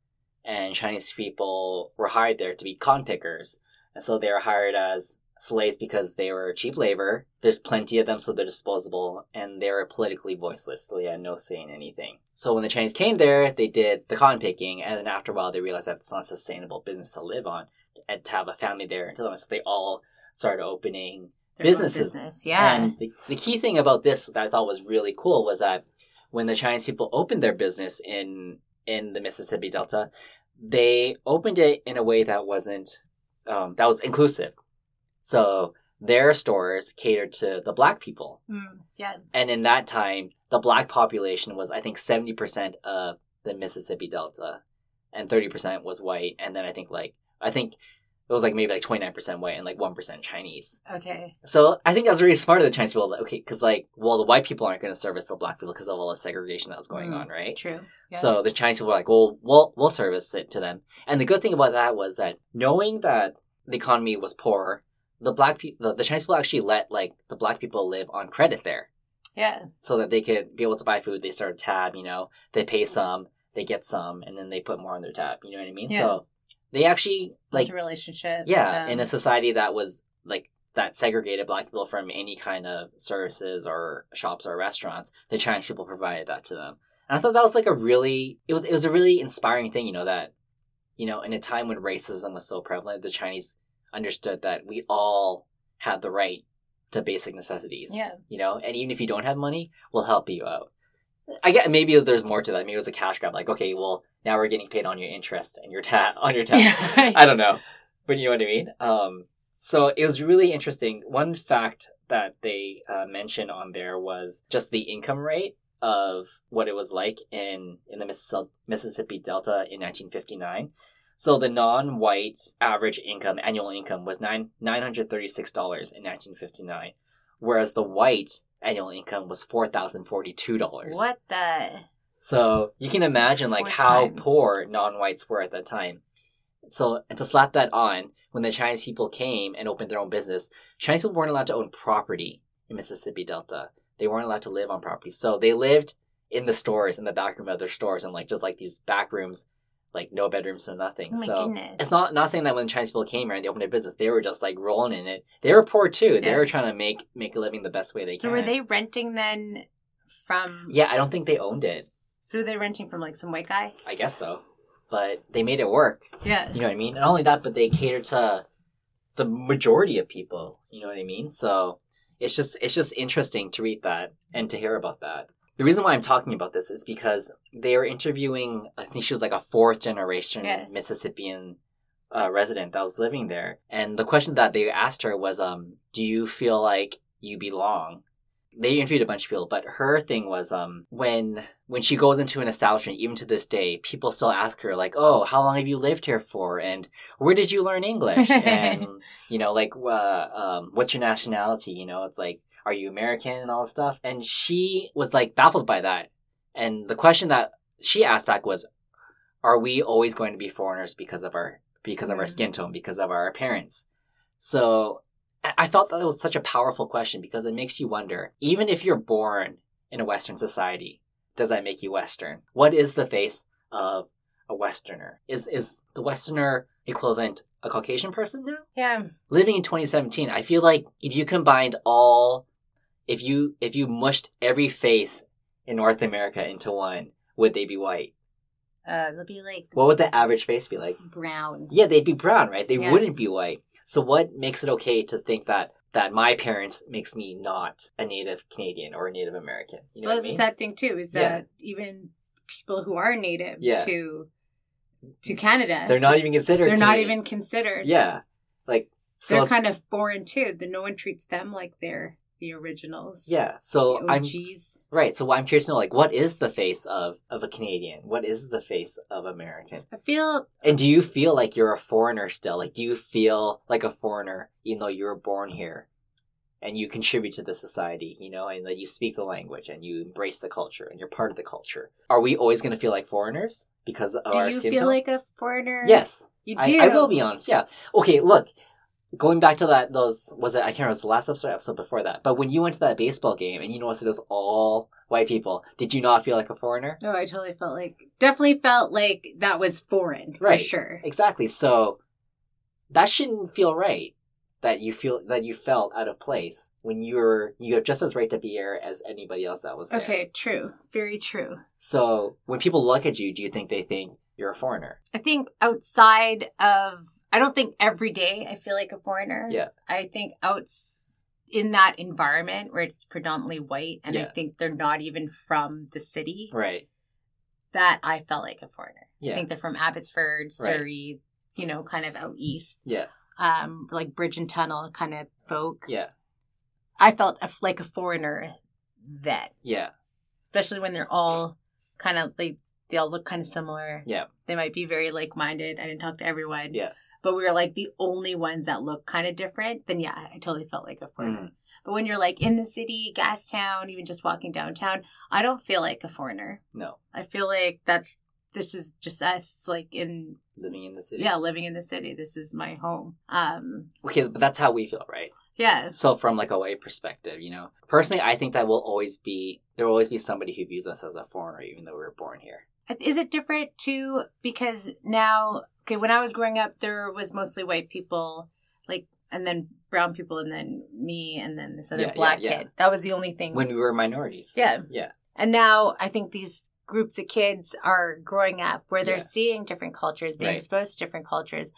and Chinese people were hired there to be con pickers, and so they were hired as slaves because they were cheap labor. There's plenty of them, so they're disposable, and they were politically voiceless, so they had no say in anything. So when the Chinese came there, they did the con picking, and then after a while, they realized that it's not a sustainable business to live on and to have a family there and to live on. So they all started opening
Their own
Businesses.
Business. Yeah.
and the, the key thing about this that I thought was really cool was that when the Chinese people opened their business in in the Mississippi Delta, they opened it in a way that wasn't um, that was inclusive. So their stores catered to the black people,
Mm, yeah.
and in that time, the black population was I think seventy percent of the Mississippi Delta, and thirty percent was white, and then I think like I think it was like maybe like twenty nine percent white and like one percent Chinese.
Okay.
So I think that was really smart of the Chinese people. like, Okay, because like, well, the white people aren't going to service the black people because of all the segregation that was going
Mm.
on, right?
True. Yeah.
So the Chinese people were like, well, we'll we'll service it to them. And the good thing about that was that knowing that the economy was poor, the black people, the, the Chinese people actually let like the black people live on credit there,
Yeah.
so that they could be able to buy food. They start a tab, you know, they pay some, they get some, and then they put more on their tab. You know what I mean?
Yeah.
So they actually like
Like a relationship.
yeah, in
um,
a society that was like that segregated black people from any kind of services or shops or restaurants, the Chinese people provided that to them. And I thought that was like a really it was it was a really inspiring thing, you know, that you know, in a time when racism was so prevalent, the Chinese understood that we all had the right to basic necessities.
Yeah.
You know, and even if you don't have money, we'll help you out. I get maybe there's more to that. Maybe it was a cash grab, like, okay, well, now we're getting paid on your interest and your tab on your tab.
Yeah.
I don't know, but you know what I mean. Um, so it was really interesting. One fact that they uh, mentioned on there was just the income rate of what it was like in in the Missis- Mississippi Delta in 1959. So the non-white average income, annual income, was nine nine hundred thirty-six dollars in 1959, whereas the white annual income was four thousand forty-two dollars.
What the?
So you can imagine like
Four
how
times.
poor non-whites were at that time. So and to slap that on, when the Chinese people came and opened their own business, Chinese people weren't allowed to own property in Mississippi Delta. They weren't allowed to live on property. So they lived in the stores, in the back room of their stores, and like just like these back rooms, like no bedrooms, no nothing.
Oh my
so
goodness.
it's not not saying that when Chinese people came here and they opened their business, they were just like rolling in it. They were poor too. They
Yeah.
were trying to make make a living the best way they
so
can.
were they renting then from?
Yeah, I don't think they owned it.
So were they renting from like some white guy?
I guess so. But they made it work.
Yeah.
You know what I mean? Not only that, but they cater to the majority of people. You know what I mean? So it's just it's just interesting to read that and to hear about that. The reason why I'm talking about this is because they were interviewing I think she was like a fourth generation
Yeah.
Mississippian uh, resident that was living there, and the question that they asked her was, um, "Do you feel like you belong?" They interviewed a bunch of people, but her thing was um, when when she goes into an establishment, even to this day, people still ask her like, "Oh, how long have you lived here for?" and "Where did you learn English?" and you know, like, uh, um, what's your nationality? You know, it's like, are you American and all that stuff? And she was like baffled by that. And the question that she asked back was, are we always going to be foreigners because of our because of our
Mm.
skin tone, because of our appearance? So I I thought that was such a powerful question because it makes you wonder even if you're born in a Western society, does that make you Western? What is the face of a Westerner? Is, is the Westerner equivalent a Caucasian person now?
Yeah.
living in 2017 i feel like if you combined all if you if you mushed every face in north america into one would they be white
Uh, they'll be like
what would the average face be like
brown.
yeah they'd be brown right they
Yeah.
wouldn't be white so what makes it okay to think that that my parents makes me not a native canadian or a native american you know
well,
what
that's the
i mean
sad thing too is
Yeah.
that even people who are native
Yeah.
to to Canada,
they're not even considered
they're not
Canadian.
even considered.
yeah like so
they're
it's-
kind of foreign too. That no one treats them like they're the originals.
yeah so
the
i'm
OGs.
Right. So I'm curious to know, like, what is the face of of a Canadian? What is the face of American?
I feel
And do you feel like you're a foreigner still? Like, do you feel like a foreigner even though you were born here, and you contribute to the society, you know, and that you speak the language and you embrace the culture and you're part of the culture? Are we always going to feel like foreigners because of
Do
Oh, our
you
skin
feel
tone?
like a foreigner?
yes,
you
I,
do.
I will be honest. Yeah. Okay. Look, going back to that, those was it? I can't remember. It was the last episode, or episode before that. But when you went to that baseball game and you noticed it was all white people, did you not feel like a foreigner?
No, Oh, I totally felt like definitely felt like that was foreign
Right.
for sure.
Exactly. So that shouldn't feel right. That you feel that you felt out of place when you're you have just as right to be here as anybody else that was there.
Okay, true, very true.
So when people look at you, do you think they think you're a foreigner?
I think outside of I don't think every day I feel like a foreigner.
Yeah.
I think outs in that environment where it's predominantly white and I
Yeah.
think they're not even from the city
Right.
that I felt like a foreigner. I
Yeah.
think they're from Abbotsford, Surrey, you know, kind of out east.
Yeah.
Um like bridge and tunnel kind of folk.
Yeah.
I felt a, like a foreigner then,
Yeah.
especially when they're all kind of like they all look kind of similar.
Yeah.
They might be very like minded. I didn't talk to everyone.
Yeah.
But we were like the only ones that look kind of different. Then yeah, I totally felt like a foreigner.
Mhm.
But when you're like in the city, gas town, even just walking downtown, I don't feel like a foreigner.
No.
I feel like that's this is just us like in
Living in the city.
yeah, living in the city. This is my home. Um
Okay, but that's how we feel, right?
yeah.
So from like a white perspective, you know, personally, I think that will always be there. Will always be somebody who views us as a foreigner, even though we were born here.
Is it different too? Because now, okay, when I was growing up, there was mostly white people, like, and then brown people, and then me, and then this other
Yeah, yeah,
black
yeah.
kid. That was the only thing.
When we were minorities,
Mm-hmm. yeah.
Yeah.
And now I think these groups of kids are growing up where they're
Yeah.
seeing different cultures, being
Right.
exposed to different cultures.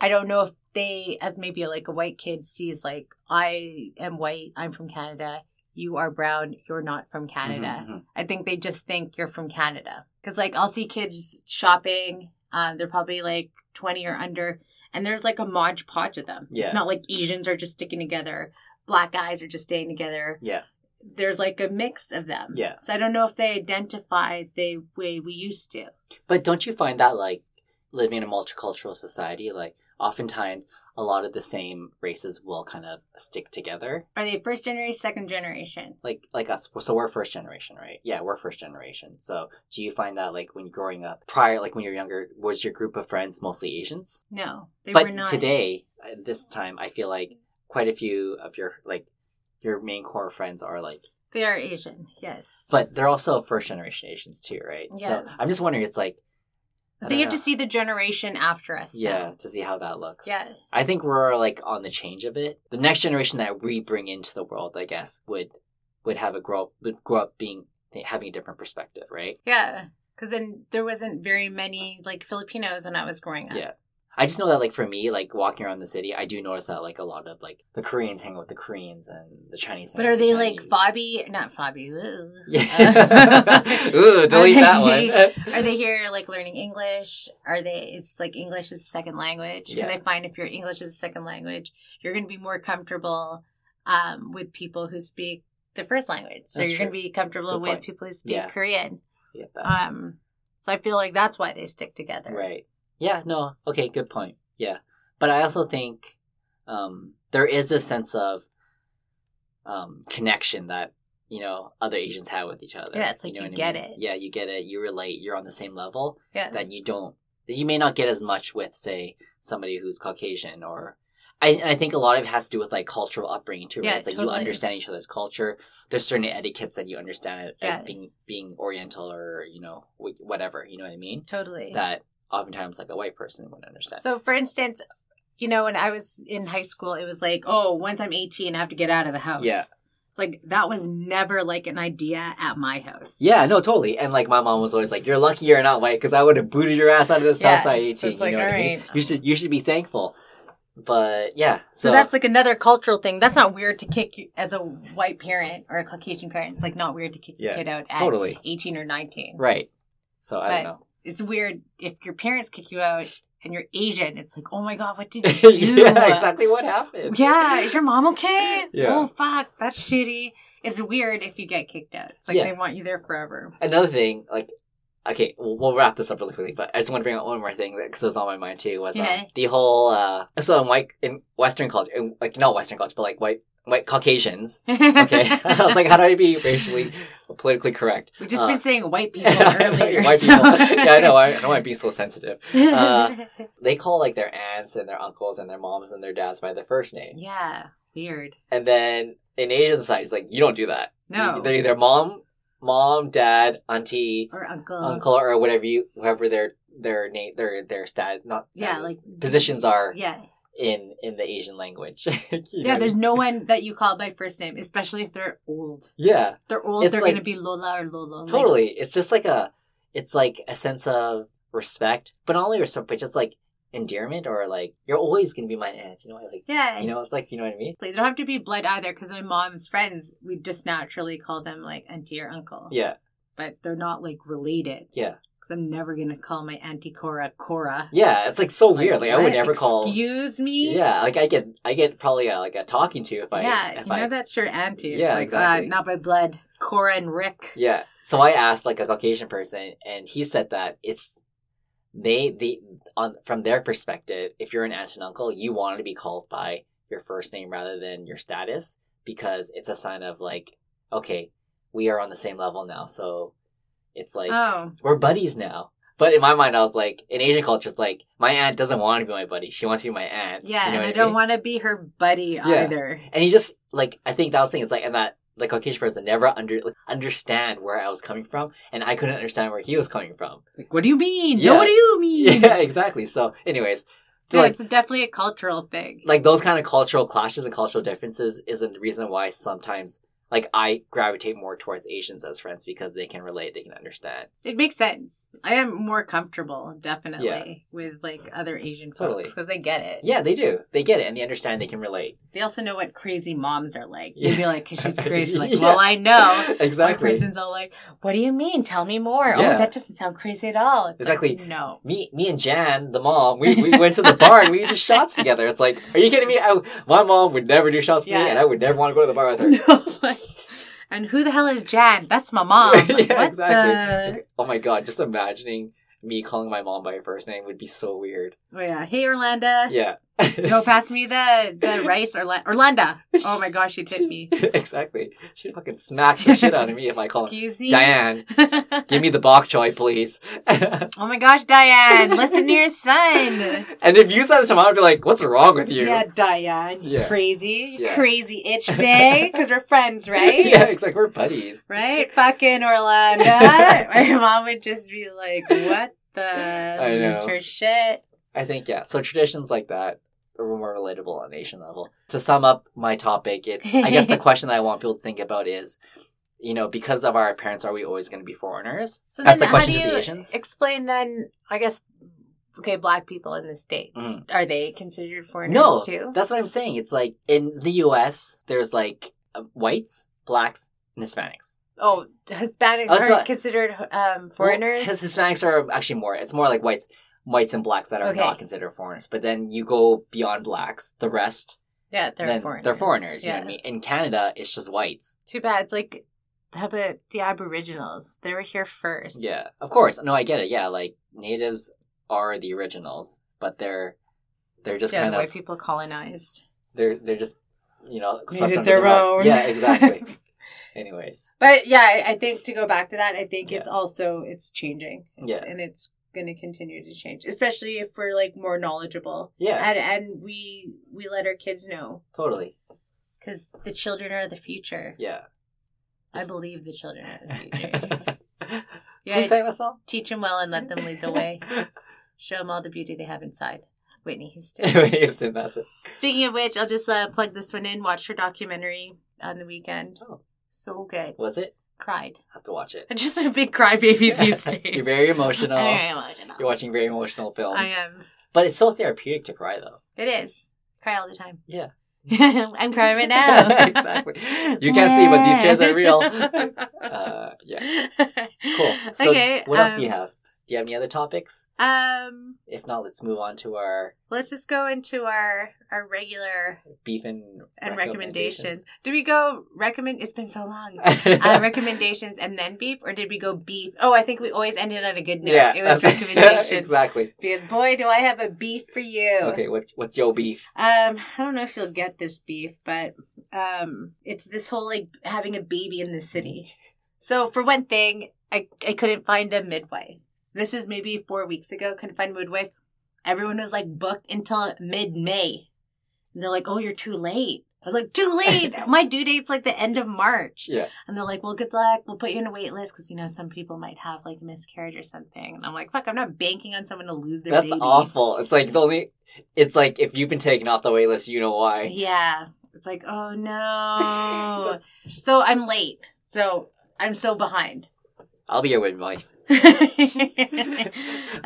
I don't know if they, as maybe like a white kid, sees, like, I am white, I'm from Canada, you are brown, you're not from Canada.
Mhm,
I think they just think you're from Canada. Because, like, I'll see kids shopping. Um, they're probably like 20 or under, and there's like a modge podge of them.
Yeah.
It's not like Asians are just sticking together, black guys are just staying together.
Yeah.
There's like a mix of them.
Yeah.
So I don't know if they identify the way we used to.
mhm. But don't you find that like living in a multicultural society, like oftentimes a lot of the same races will kind of stick together,
Are they first generation, second generation?
like like us. So we're first generation, right? Yeah, we're first generation. So do you find that like when growing up prior, like when you're younger, was your group of friends mostly Asians?
No, they
but
were not.
today, uh, this time, I feel like quite a few of your like your main core friends are like,
they are Asian, yes.
but they're also first generation Asians too, right? So
Yeah.
I'm just wondering, it's like, I
they
don't
have to
know.
see the generation after us.
yeah,
now.
to see how that looks.
Yeah.
I think we're like on the change of it. The next generation that we bring into the world, I guess, would would have a grow up, would grow up being having a different perspective, right?
Yeah, because then there wasn't very many like Filipinos when I was growing up.
Yeah. I just know that like for me, like walking around the city, I do notice that like a lot of like the Koreans hang out with the Koreans and the Chinese. hang
But
out
are
with the
they like
Chinese.
Fabi? Not Fabi. ugh.
Yeah.
Uh,
Ooh, delete
they-
that one.
are they here like learning English? Are they? It's like English is a second language. Because
Yeah.
I find if your English is a second language, you're going to be more comfortable um, with people who speak the first language. So
That's
you're going to
true.
be comfortable
Good
with
point.
people who speak
Yeah.
Korean.
Yeah, that-
Um, so I feel like that's why they stick together.
right. Yeah, no. Okay, good point. Yeah. But I also think um, there is a sense of um, connection that, you know, other Asians have with each other.
Yeah, it's like
know
you
what
get
I mean?
it.
Yeah, you get it. You relate. You're on the same level
Yeah.
that you don't, that you may not get as much with, say, somebody who's Caucasian or I, I think a lot of it has to do with like cultural upbringing too. Right?
Yeah,
it's like you
totally.
understand each other's culture. There's certain etiquettes that you understand it,
Yeah.
being being Oriental or you know wh- whatever. You know what I mean?
Totally.
That oftentimes like a white person wouldn't understand.
So, for instance, you know, when I was in high school, it was like, oh, once I'm 18, I have to get out of the house.
Yeah.
It's like that was never like an idea at my house.
yeah, no, totally. And like my mom was always like, "You're lucky you're not white, because I would have booted your ass out of this
Yeah.
house at
So
18."
it's like,
you know what I mean?
alright.
You should you should be thankful. But yeah,
So,
so,
that's like another cultural thing. That's not weird to kick as a white parent or a Caucasian parent. It's like not weird to kick your
Yeah,
kid out at
totally
18 or 19.
right. So I don't
But-
know.
It's weird if your parents kick you out and you're Asian. It's like, oh my God, what did you do? uh,
yeah, exactly what happened.
Yeah, is your mom okay?
Yeah.
Oh, fuck, that's shitty. It's weird if you get kicked out. It's like
Yeah.
they want you there forever.
Another thing, like, okay, we'll, we'll wrap this up really quickly, but I just want to bring up one more thing because it was on my mind too was um,
Okay.
the whole uh, so in white in Western culture, in, like not Western culture, but like white white Caucasians. Okay, I was like, how do I be racially politically correct?
We've just
Uh,
been saying white people earlier.
white
so-
people. yeah, I know. I I don't want to be so sensitive. uh, They call like their aunts and their uncles and their moms and their dads by their first name,
yeah, weird.
and then in Asian society, it's like you don't do that.
No.
they're either mom, mom, dad, auntie,
Or uncle.
uncle or whatever you whoever their their name their their stat not
Yeah,
status,
like-
positions are
Yeah.
in in the Asian language. You
Yeah,
know?
there's no one that you call by first name, especially if they're old.
yeah
If they're old,
It's
they're
like-
going to be Lola or Lolo. Like,
totally. it's just like a it's like a sense of respect, but not only respect, but just like endearment or like you're always gonna be my aunt. You know, like
yeah.
you know, it's like you know what I mean.
They don't have to be blood either because my mom's friends, we just naturally call them like auntie or uncle.
Yeah,
But they're not like related.
Yeah.
Because I'm never going to call my auntie Cora Cora.
yeah. It's like so weird. Like I
what?
would never call.
Excuse me?
Yeah, like I get I get probably uh like a talking to if I
yeah,
if
you
I
know that's your auntie. It's
Yeah,
like,
exactly.
Uh, not by blood. Cora and Rick.
Yeah. So I asked like a Caucasian person, and he said that it's they the on from their perspective, if you're an aunt and uncle, you want to be called by your first name rather than your status because it's a sign of like, okay, we are on the same level now. So it's like
oh,
we're buddies now. But in my mind, I was like, in Asian culture, it's like my aunt doesn't want to be my buddy; she wants to be my aunt.
yeah,
You know
and
what
I don't
mean?
want to be her buddy either.
And he just like I think that was the thing. It's like and that the Caucasian person never under like, understand where I was coming from, and I couldn't understand where he was coming from.
It's like, what do you mean?
Yeah.
No, what do you mean?
Yeah, exactly. So, anyways, so,
Yeah,
like
it's definitely a cultural thing.
like those kind of cultural clashes and cultural differences is a reason why sometimes like I gravitate more towards Asians as friends because they can relate, they can understand.
It makes sense. I am more comfortable, definitely,
Yeah.
with like other Asian folks
Totally.
because they get it.
Yeah, they do. They get it, and they understand. They can relate.
They also know what crazy moms are like.
Yeah.
You'd be like, 'cause she's crazy. Like,
Yeah.
well, I know. That
exactly.
person's all like, "What do you mean? Tell me more."
Yeah.
Oh, that doesn't sound crazy at all. It's like,
Exactly.
no.
me, me and Jan, the mom, we, we went to the bar and we did shots together. It's like, are you kidding me? I, my mom would never do shots with me,
Yeah.
and I would never want to go to the bar with her.
No, like, and who the hell is Jan? That's my mom. Like,
Yeah,
what
exactly.
the?
Like, oh my god, just imagining me calling my mom by her first name would be so weird.
Oh yeah. Hey, Orlando.
Yeah.
Go pass me the the rice, Orla- Orlando. Oh my gosh, she tipped me.
exactly. She'd fucking smack the shit out of me if I call
Excuse me,
Diane. Give me the bok choy, please. and
oh my gosh, Diane, listen to your son.
if you said this to mom, I'd be like, "What's wrong with you?"
Yeah, Diane, you
Yeah.
crazy, you
Yeah.
crazy itch bay, because we're friends, right?
yeah, it's like we're buddies.
Right, fucking Orlando. My mom would just be like, "What the?
I
This is
know.
her shit."
I think yeah. So traditions like that are more relatable on a nation level. To sum up my topic, it I guess the question that I want people to think about is, you know, because of our parents, are we always going to be foreigners?
So
That's
then
the question
how do
to the
you
Asians.
Explain then. I guess okay, black people in the states
Mhm.
are they considered foreigners
No,
too?
that's what I'm saying. It's like in the U.S., there's like uh, whites, blacks, and Hispanics.
Oh, Hispanics
I was
are
not-
considered um, foreigners.
Well, His Hispanics are actually more. It's more like whites, whites and blacks that are
Okay.
not considered foreigners. But then you go beyond blacks, the rest,
yeah, they're
then
foreigners.
they're foreigners. You
Yeah.
know what I mean? In Canada, it's just whites.
Too bad. It's like how about the Aboriginals? They were here first.
Yeah, of course. No, I get it. Yeah, like natives are the originals, but they're they're just
yeah,
kind
the way
of
people colonized.
they're they're just you know swept
Made it
under
their
the rug.
own.
Yeah, exactly. Anyways,
But yeah, I, I think to go back to that, I think
Yeah.
it's also it's changing. It's,
Yeah.
and it's going to continue to change, especially if we're like more knowledgeable.
Yeah,
And, and we we let our kids know
totally.
because the children are the future.
Yeah.
I believe the children are the future.
Who
yeah,
sang that song?
teach them well and let them lead the way. Show them all the beauty they have inside. Whitney Houston.
Whitney Houston, that's it.
Speaking of which, I'll just uh, plug this one in. Watched her documentary on the weekend.
Oh.
So good.
Was it?
Cried.
I have to watch it.
I'm just a big crybaby these days.
You're very emotional.
I'm very emotional.
You're watching very emotional films.
I uh, am.
But it's so therapeutic to cry, though.
It is. Cry all the time.
Yeah.
I'm crying right now.
exactly. You can't see, but these tears are real. Uh, yeah. Cool. So
okay.
What else
um,
do you have? Do you have any other topics?
Um,
If not, let's move on to our
let's just go into our our regular
beef and,
and recommendations. Do we go recommend? It's been so long.
recommendations.
Uh, recommendations and then beef, or did we go beef? Oh, I think we always ended on a good note.
yeah,
it was
that's-
recommendations
exactly.
because boy, do I have a beef for you.
Okay, what's what's your beef?
Um, I don't know if you'll get this beef, but um, it's this whole like having a baby in the city. So for one thing, I I couldn't find a midwife. This was maybe four weeks ago. Couldn't find a midwife. Everyone was like booked until mid May. And they're like, "Oh, you're too late." I was like, "Too late! My due date's like the end of March."
Yeah.
And they're like, "Well, good luck. We'll put you in a wait list because you know some people might have like a miscarriage or something." And I'm like, "Fuck! I'm not banking on someone to lose their
That's
baby."
awful. It's like the only. It's like if you've been taken off the wait list, you know why.
Yeah. It's like, oh no. so I'm late. So I'm so behind.
I'll be your midwife.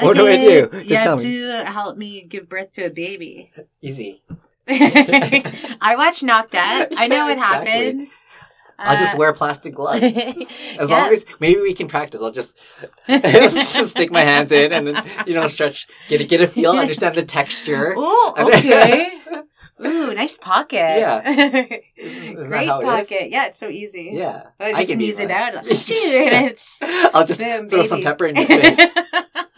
what
do I do? Just
you have
tell me.
to help me give birth to a baby.
Easy.
I watch Knocked Up. I know what
Yeah, exactly.
happens.
I'll just
Uh,
wear plastic gloves. As
yeah.
long as maybe we can practice. I'll just, just stick my hands in and then you know stretch, get a get a feel, understand the texture.
Oh, okay. Ooh, nice pocket. Yeah.
Isn't that
Great
how it is?
pocket. Yeah, it's so easy.
Yeah,
I
I
just
can be
sneeze it
one.
out. Like, "Chee," and it's
I'll just
Boom,
throw some
baby.
pepper in your face,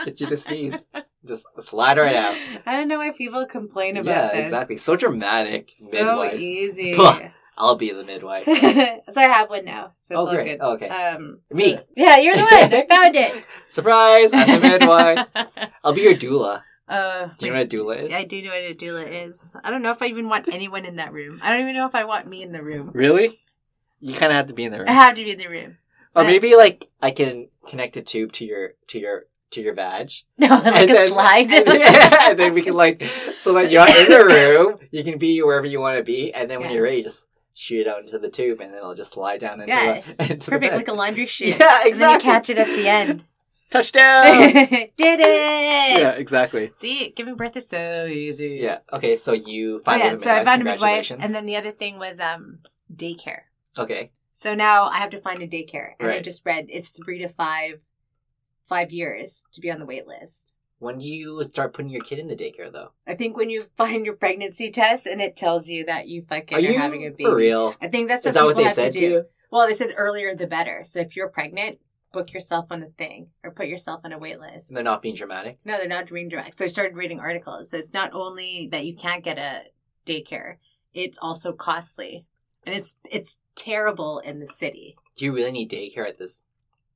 get you to sneeze, just slide right out.
I don't know why people complain about
yeah,
this.
exactly. So dramatic.
So
midwives.
easy.
Puh. I'll be the midwife.
so I have one now. So it's
oh
all
great.
good.
okay.
Um, so-
Me.
yeah, you're the one. I found it.
Surprise! I'm the midwife. I'll be your doula.
Uh,
Do you know what a doula is?
I do know what a doula is. I don't know if I even want anyone in that room. I don't even know if I want me in the room.
Really? You kind of have to be in the
I
room,
have to be in the room.
or
but-
maybe like I can connect a tube to your to your to your vag,
No, like
And
a
then-
slide.
and then, and then we can like so that you're in the room, you can be wherever you want to be, and then when
Yeah.
you're ready, just shoot it out into the tube, and then it'll just slide down into
Yeah.
the into
Perfect,
the
like
bed.
a laundry chute.
Yeah, exactly.
And then you catch it at the end.
Touchdown.
Did it!
yeah, exactly.
See, giving birth is so easy.
Yeah. Okay. So you
Oh,
find uh,
yeah. So I found a midwife,
Congratulations.
and then the other thing was um daycare.
okay.
So now I have to find a daycare, and I
Right.
just read it's three to five, five years to be on the wait list.
When do you start putting your kid in the daycare, though?
I think when you find your pregnancy test and it tells you that you fucking are,
Are you
having a baby.
for real?
I think that's what
Is that what
people
they
have
said
to
to
do.
you?
Well, they said the earlier the better. So if you're pregnant, book yourself on a thing or put yourself on a wait list.
And they're not being dramatic.
No, they're not dream direct. So I started reading articles. So it's not only that you can't get a daycare, it's also costly. And it's it's terrible in the city.
Do you really need daycare at this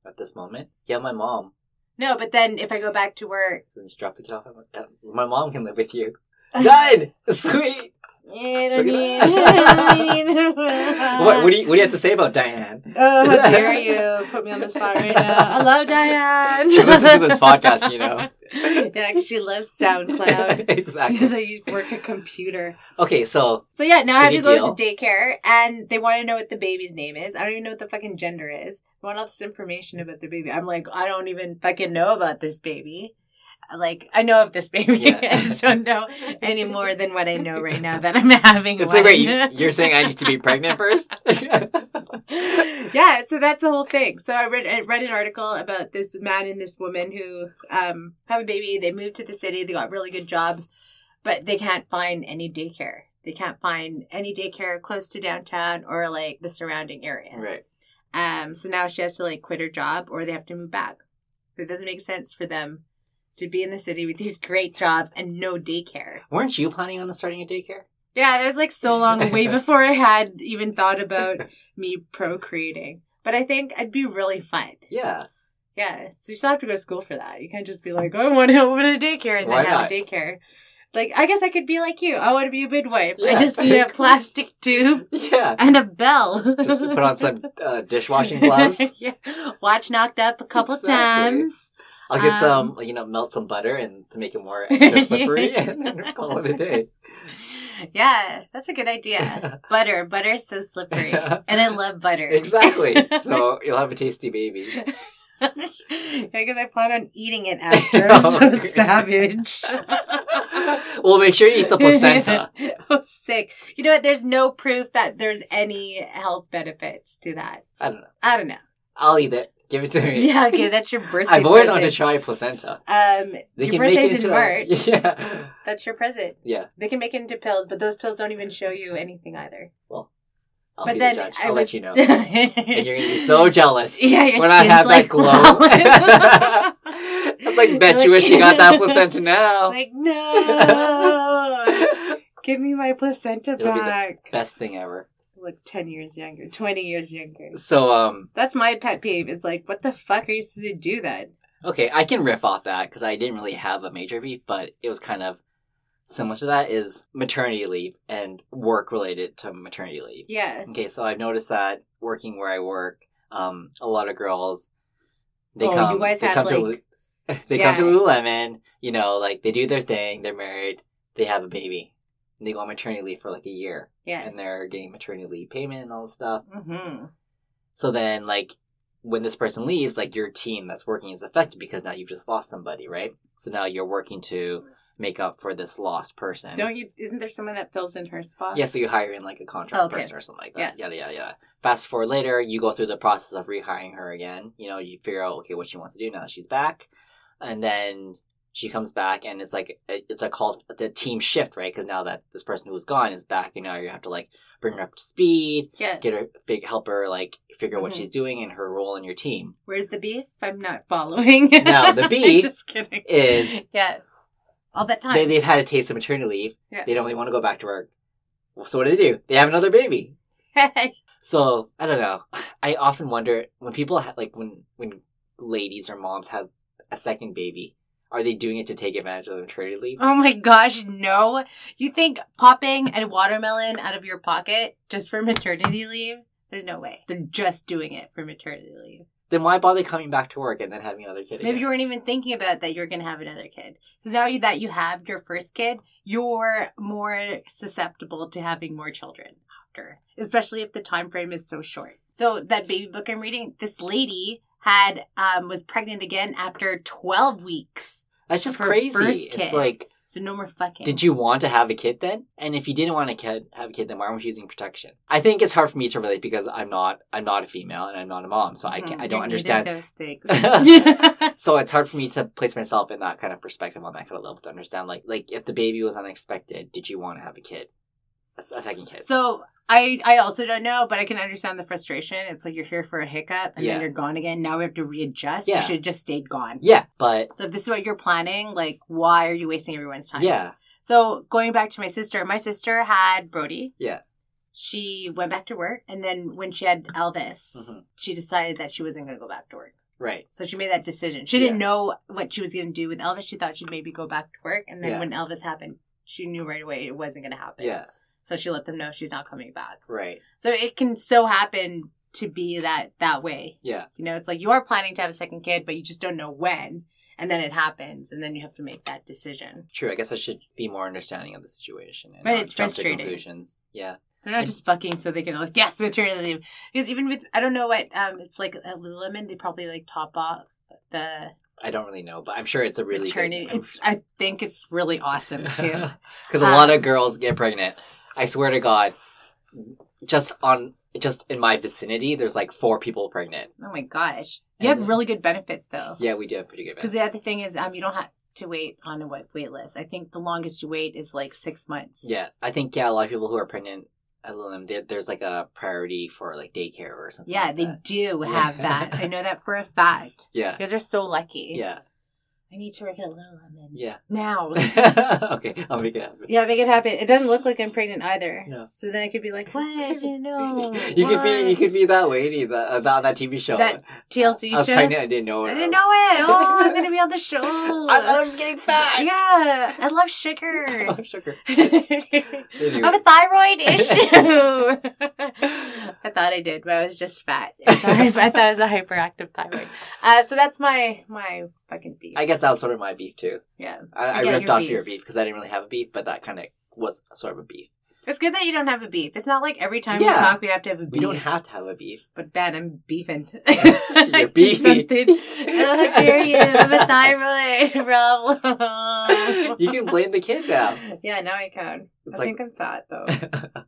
at this moment? Yeah, my mom.
No, but then if I go back to work
Then just drop the kid off. at my- at- My mom can live with you. Good. Sweet. what, what do you what do you have to say about Diane?
Oh, how dare you put me on the spot right now. I love Diane.
She listens to this podcast, you know.
Yeah, 'cause she loves SoundCloud.
exactly.
Because I work a computer.
Okay, so
So yeah, now I have to
Shitty
go
deal.
to daycare, and they want to know what the baby's name is. I don't even know what the fucking gender is. They want all this information about the baby. I'm like, I don't even fucking know about this baby. Like, I know of this baby.
Yeah.
I just don't know any more than what I know right now that I'm having.
it's like wait, you,
one.
you're saying I need to be pregnant first?
yeah, so that's the whole thing. So I read I read an article about this man and this woman who um, have a baby. They moved to the city. They got really good jobs, but they can't find any daycare. They can't find any daycare close to downtown or like the surrounding area.
right.
Um, so now she has to like quit her job or they have to move back. It doesn't make sense for them to be in the city with these great jobs and no daycare.
Weren't you planning on starting a daycare?
Yeah, that was like so long, way before I had even thought about me procreating. But I think I'd be really fun.
Yeah.
Yeah, so you still have to go to school for that. You can't just be like, oh, I want to open a daycare and then
Why
have
not?
a daycare. Like, I guess I could be like you. I want to be a midwife.
Yeah,
I just need a
exactly.
plastic tube
Yeah.
and a bell.
Just put on some uh, dishwashing gloves.
yeah. Watch knocked up a couple
Exactly.
times.
I'll get
Um,
some, you know, melt some butter and to make it more extra slippery, and then call it a day.
Yeah, that's a good idea. butter, butter is so slippery, and I love butter.
exactly. So you'll have a tasty baby.
because I plan on eating it after. I'm so
Okay.
savage.
well, make sure you eat the placenta.
oh, sick. You know what? There's no proof that there's any health benefits to that.
I don't know.
I don't know.
I'll eat it. Give it to me.
Yeah, okay, that's your birthday.
I've always wanted to
present.
try placenta.
Um,
They
Your
can make
birthday's
it
in
into a,
March.
yeah,
that's your present.
yeah.
They can make it into pills, but those pills don't even show you anything either.
I'll
but
be
then
the judge.
I
I'll
was-
let you know. and you're gonna be so jealous
yeah, your
when I
skin's
have
like
that glow.
flawless.
It's like bet you wish you got that placenta now.
Like no, give me my placenta
It'll be the-
back.
Best thing ever.
Look, ten years younger, twenty years younger.
So um,
That's my pet peeve. It's like, what the fuck are you supposed to do then?
Okay, I can riff off that because I didn't really have a major beef, but it was kind of similar to that is maternity leave and work related to maternity leave.
Yeah.
Okay, so I've noticed that working where I work, um, a lot of girls they
Oh, you
come
guys
they
have,
come to
like-
Lu- they come to Lululemon, you know, like they do their thing, they're married, they have a baby, and they go on maternity leave for like a year,
Yeah.
and they're getting maternity leave payment and all this stuff.
Mm-hmm.
So then, like, when this person leaves, like, your team that's working is affected because now you've just lost somebody, right? So now you're working to make up for this lost person.
Don't you? Isn't there someone that fills in her spot?
yeah, so you hire in, like, a contract
Oh, okay.
person or something like that. Yada, yada, yada. Fast forward later, you go through the process of rehiring her again. You know, you figure out, okay, what she wants to do now that she's back. And then she comes back, and it's like, it- it's a call, it's a team shift, right? Because now that this person who was gone is back, you know, you have to, like, bring her up to speed,
Yeah.
get her, fig- help her, like, figure out what
Mhm.
she's doing and her role in your team.
Where's the beef? I'm not following.
No, the
I'm
beef
Just kidding.
is-
yeah. All that time.
they, they've had a taste of maternity leave.
Yeah.
They don't really want to go back to work. Well, So what do they do? They have another baby. So I don't know. I often wonder when people ha- like when when ladies or moms have a second baby, are they doing it to take advantage of the maternity leave?
oh my gosh, no! You think popping a watermelon out of your pocket just for maternity leave? There's no way. They're just doing it for maternity leave.
Then why bother coming back to work and then having another kid?
Maybe
again?
you weren't even thinking about that you're going to have another kid. Because now you- that you have your first kid, you're more susceptible to having more children after, especially if the time frame is so short. So that baby book I'm reading, this lady had um, was pregnant again after 12 weeks.
that's just
her
crazy.
first
It's
kid.
like,
So no more fucking.
did you want to have a kid then? And if you didn't want to kid, have a kid, then why weren't you using protection? I think it's hard for me to relate because I'm not I'm not a female and I'm not a mom, so I
Mm-hmm.
can, I don't understand
those things.
so it's hard for me to place myself in that kind of perspective on that kind of level to understand like like if the baby was unexpected did you want to have a kid a, s- a second kid
so I I also don't know, but I can understand the frustration. It's like you're here for a hiccup and
Yeah.
then you're gone again. Now we have to readjust. You
Yeah.
should have just stayed gone.
yeah but
So if this is what you're planning, like why are you wasting everyone's time?
yeah
So going back to my sister, my sister had Brody.
Yeah.
She went back to work and then when she had Elvis,
Mhm.
she decided that she wasn't gonna go back to work.
right
So she made that decision. She didn't know what she was gonna do with Elvis. She thought she'd maybe go back to work and then
Yeah.
when Elvis happened, she knew right away it wasn't gonna happen.
yeah
So she let them know she's not coming back.
right
So it can so happen to be that that way.
yeah
You know, it's like you are planning to have a second kid, but you just don't know when. And then it happens, and then you have to make that decision.
true i guess i should be more understanding of the situation and
But
not
it's
jump
frustrating.
to conclusions yeah
They're not just fucking so they can like yes, maternity leave. Because even with I don't know what um it's like at Lululemon, they probably like top off the
i don't really know but i'm sure it's a really
maternity. It's I think it's really awesome too. Uh,
because a lot of girls get pregnant i swear to god just on just in my vicinity there's like four people pregnant
oh my gosh, you
And-
have really good benefits though.
yeah we do have pretty good
Because the other thing is um you don't have to wait on a wait wait list. I think the longest you wait is like six months.
Yeah, I think yeah, a lot of people who are pregnant, at Lululemon, there- there's like a priority for like daycare or something.
Yeah,
like
they
that.
do
Yeah.
have that. I know that for a fact.
Yeah,
You guys are so lucky.
yeah,
I need to write a little lemon.
Yeah.
Now.
okay, I'll make it happen.
Yeah, make it happen. It doesn't look like I'm pregnant either.
Yeah.
So then I could be like, what? I didn't know.
you could be you
Oh, What?
could be that lady that uh, that, that TV show.
That TLC
I was
show.
pregnant. I didn't know.
I didn't know it. Oh, I'm going to be on the show.
I, I'm just getting fat.
yeah, I love sugar.
Oh, sugar.
I
Anyway.
have a thyroid issue. I thought I did, but I was just fat. I thought I thought I was a hyperactive thyroid. Uh, so that's my my fucking beef.
I guess that was sort of my beef too.
yeah,
I, I
Yeah,
ripped
your
off
beef.
your beef because I didn't really have a beef, but that kind of was sort of a beef.
it's good that you don't have a beef. It's not like every time we
Yeah.
talk we have to have a beef.
We don't have to have a beef.
But Ben, I'm beefing.
You're beefy.
Something. Oh, how dare you? I have a thyroid problem.
you can blame the kid now.
Yeah, now I can.
It's
I
like
think I'm fat though.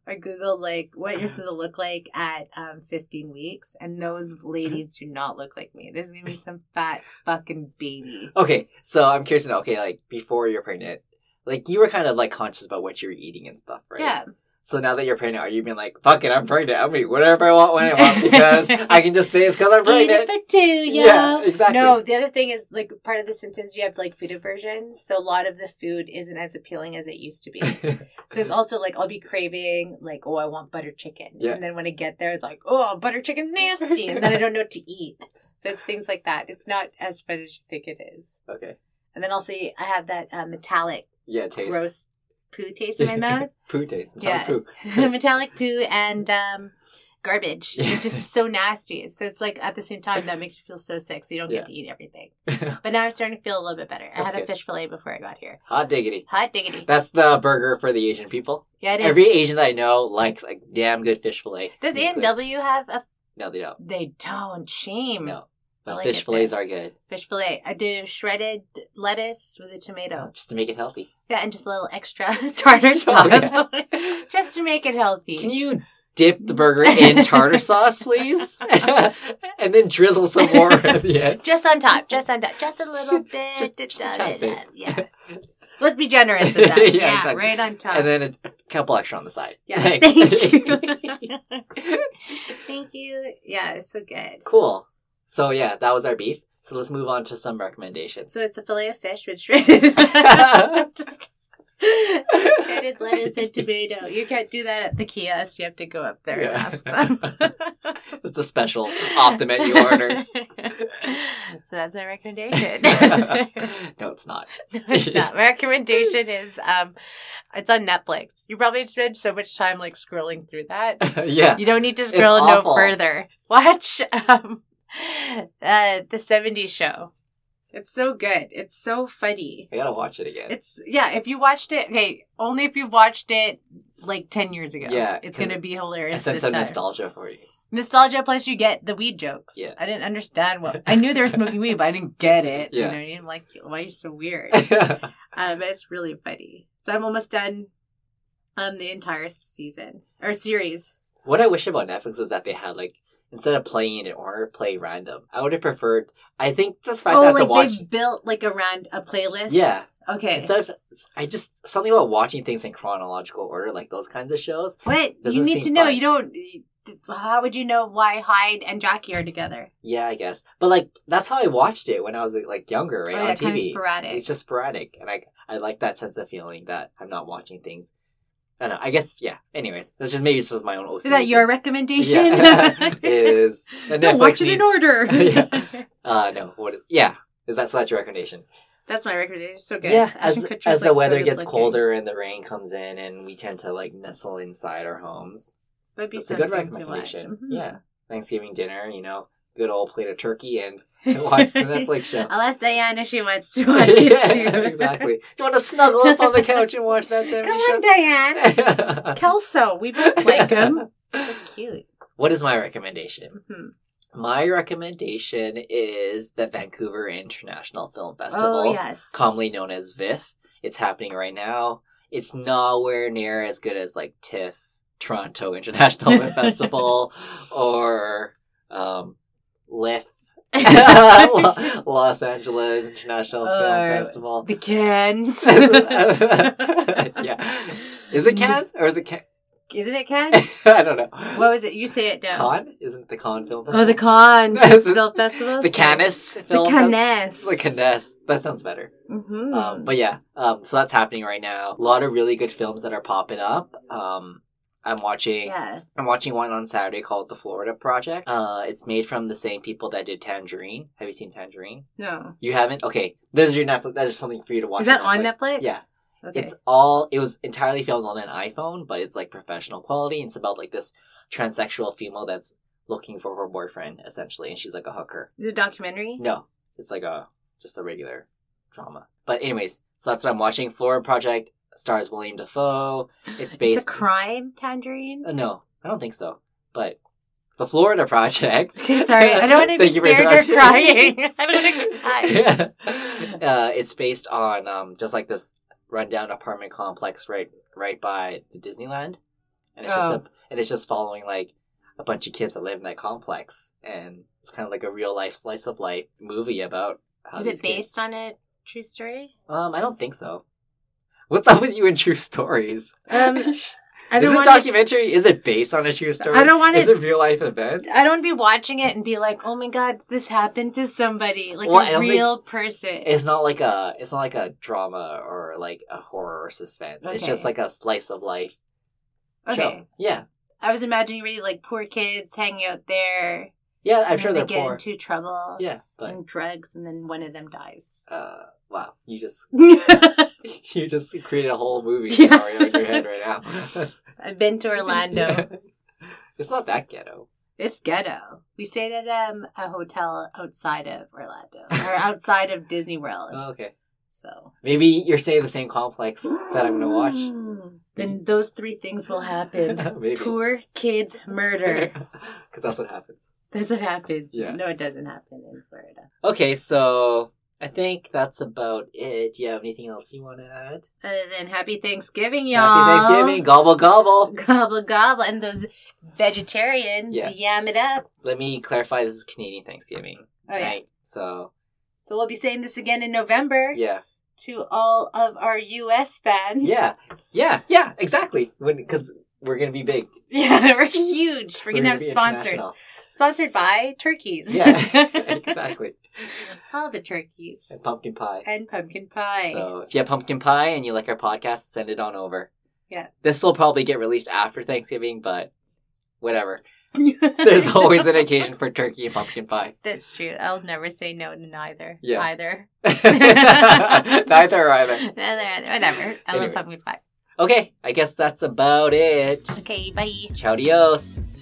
I googled like what you're supposed to look like at um, 15 weeks, and those ladies do not look like me. There's gonna be some fat fucking baby.
okay, so I'm curious to know. Okay, like before you're pregnant, like you were kind of like conscious about what you were eating and stuff, right?
Yeah,
So now that you're pregnant, are you being like, "Fuck it, I'm pregnant. I'm eating whatever I want when I want because I can just say it's because I'm
eat it
pregnant."
for two, yo.
Yeah, exactly.
No, the other thing is like part of the sentence you have like food aversion, so a lot of the food isn't as appealing as it used to be. So it's also like I'll be craving like, oh, I want butter chicken,
Yeah.
and then when I get there, it's like, oh, butter chicken's nasty, and then I don't know what to eat. So it's things like that. It's not as fun as you think it is.
okay.
And then also I have that uh, metallic
Yeah, taste.
gross poo taste in my mouth.
Poo taste. I'm
Yeah.
yeah. poo.
metallic poo and um, garbage. It's just so nasty. So it's like at the same time that makes you feel so sick. So you don't
Yeah.
get to eat everything. But now I'm starting to feel a little bit better. I
That's
had a
good.
fish fillet before I got here.
Hot diggity.
Hot diggity.
That's the burger for the Asian people.
Yeah, it is.
Every Asian that I know likes a damn good fish fillet.
Does A and W have a?
No, they don't.
They don't. Shame.
No.
I
But
like
fish
it
fillets are good.
Fish fillet. I do shredded lettuce with a tomato.
Just to make it healthy.
Yeah, and just a little extra tartar sauce, just to make it healthy.
Oh, Can you dip the burger in tartar sauce, please? and then drizzle some more at the end.
Just on top, just on top, just a little bit.
Just- just a tad bit.
Yeah. Let's be generous with that.
Yeah,
yeah,
exactly.
right on top.
And then a couple extra on the side.
yeah,
Thanks.
thank you. thank you. Yeah, it's so good.
cool. So yeah, that was our beef. So let's move on to some recommendations.
So it's a fillet of fish with shredded, Just kidding. shredded lettuce and tomato. You can't do that at the kiosk. You have to go up there and
Yeah.
ask them.
It's a special off the menu order.
so that's my recommendation.
no, it's not.
No, it's not. My recommendation is um, it's on Netflix. You probably spend so much time like scrolling through that.
yeah.
You don't need to scroll no
awful.
further. Watch um, uh, the '70s show. It's so good. It's so funny.
I gotta watch it again.
It's yeah. If you watched it, hey, only if you watched it like ten years ago.
Yeah,
it's
'cause
gonna be
I
hilarious.
sense
this
some
time.
nostalgia for you.
Nostalgia plus you get the weed jokes.
Yeah.
I didn't understand what I knew they were smoking weed, but I didn't get it.
Yeah.
You know what I mean? Like why are you so weird?
okay,
um but it's really funny. So I'm almost done um the entire season or series.
what I wish about Netflix is that they had like instead of playing in an order, play random. I would have preferred. I think that's fact
oh,
that
like
to watch.
they built like around a playlist.
Yeah,
Okay.
instead of I just something about watching things in chronological order, like those kinds of shows.
what?
doesn't
You need to
seem
know.
fun.
You don't how would you know why Hyde and Jackie are together?
Yeah, I guess. But like that's how I watched it when I was like younger, right
Oh,
on
yeah,
TV.
kind of sporadic.
It's just sporadic, and I I like that sense of feeling that I'm not watching things. I don't know. I guess yeah. Anyways, that's just maybe it's just my own OCD.
Is that your
thing.
recommendation?
Yeah. is that
no,
Netflix
watch it in
needs-
order.
Yeah. Uh, no. What? Is, yeah. Is that so? That's your recommendation.
That's my recommendation. It's so good.
Yeah. As,
Ashton Kutcher's,
as the
like, so
weather
good
gets
looking.
colder and the rain comes in, and we tend to like nestle inside our homes.
would be
It's a good
something to watch.
recommendation.
Mhm.
Yeah. Thanksgiving dinner, you know, good old plate of turkey and watch the Netflix show.
Unless Diana, she wants to watch it too.
Yeah, exactly. Do you want to snuggle up on the couch and watch that
Come
70
on, Diane.
show?
Kelso, we both like him. Cute.
What is my recommendation?
Mhm.
My recommendation is the Vancouver International Film Festival.
Oh yes.
commonly known as VIF. It's happening right now. It's nowhere near as good as like TIFF, Toronto International Film Festival, or um, LIFF, Lo- Los Angeles International
Or-
Film Festival.
The Cans.
yeah, is it Cannes or is it? Can-
Isn't it Ken?
I don't know.
what was it? You say it down.
Con? Isn't it the Con film?
Oh, the Con
Yes.
Film Festival.
The Canist
The
film? fest-
Cannes.
The Cannes. That sounds better.
hmm
Um, but yeah, um, so that's happening right now. A lot of really good films that are popping up. Um, I'm watching.
yeah.
I'm watching one on Saturday called The Florida Project. Uh, it's made from the same people that did Tangerine. Have you seen Tangerine?
No.
You haven't? Okay, this is your Netflix. That is something for you to watch.
Is that on Netflix?
Yeah.
Okay.
It's all. It was entirely filmed on an iPhone, but it's like professional quality. It's about like this transsexual female that's looking for her boyfriend essentially, and she's like a hooker.
Is it a documentary?
No, it's like a just a regular drama. But anyways, so that's what I'm watching. Florida Project stars William Defoe. It's based.
It's a crime, Tangerine.
Uh, no, I don't think so. But the Florida Project.
Okay, sorry. I don't want to be
Thank you for
scared or
interrupting.
crying. I don't want to cry.
uh, it's based on um, just like this rundown apartment complex right right by the Disneyland, and it's just
Oh.
a, and it's just following like a bunch of kids that live in that complex, and it's kind of like a real life slice of life movie about how
Is
these
it
kids-
based on a true story?
Um, I don't think so. What's up with you in true stories?
Um, I
is
don't
it
want to.
documentary? Is it based on a true story?
I don't want
Is
to.
it real life events?
I don't want to be watching it and be like, "Oh my god, this happened to somebody, like
Well, I
a
don't think-
real person."
It's not like a. It's not like a drama or like a horror or suspense. It's just
Okay.
like a slice of life.
Okay,
Show. Yeah.
I was imagining really like poor kids hanging out there.
Yeah. I'm
and
sure
then
they're
they get
poor.
into trouble.
Yeah, but
and drugs, and then one of them dies.
uh, wow, you just
I've
you just created a whole movie
Yeah.
scenario in your head right now. That's-
been to Orlando.
it's not that ghetto.
It's ghetto. We stayed at um, a hotel outside of Orlando or outside of Disney World.
Oh, okay.
so
Maybe you're saying the same complex that I'm gonna watch.
Then those three things will happen.
Maybe.
Poor kids murder.
Because that's what happens.
That's what happens.
Yeah.
No, it doesn't happen in Florida.
Okay, so I think that's about it. Do you have anything else you want to add?
Other than happy Thanksgiving, y'all.
Happy Thanksgiving. Gobble, gobble.
Gobble gobble, and those vegetarians
Yeah.
yam it up.
Let me clarify this is Canadian Thanksgiving.
Oh yeah.
Right? So,
So we'll be saying this again in November
yeah.
to all of our U.S. fans.
Yeah. Yeah. Yeah. Exactly. Because we're going to be big.
yeah, we're huge. We're, gonna have
be
sponsors.
international.
Sponsored by turkeys.
Yeah. exactly.
all the turkeys
And pumpkin pie.
and pumpkin pie.
So, if you have pumpkin pie and you like our podcast, send it on over.
Yeah.
This will probably get released after Thanksgiving, but whatever. There's always an occasion for turkey and pumpkin pie.
That's true. I'll never say no to neither.
Yeah.
Either.
Neither or either.
Neither, either. Whatever. I love
Anyways.
pumpkin pie.
Okay, I guess that's about it.
Okay, bye.
Ciao, dios.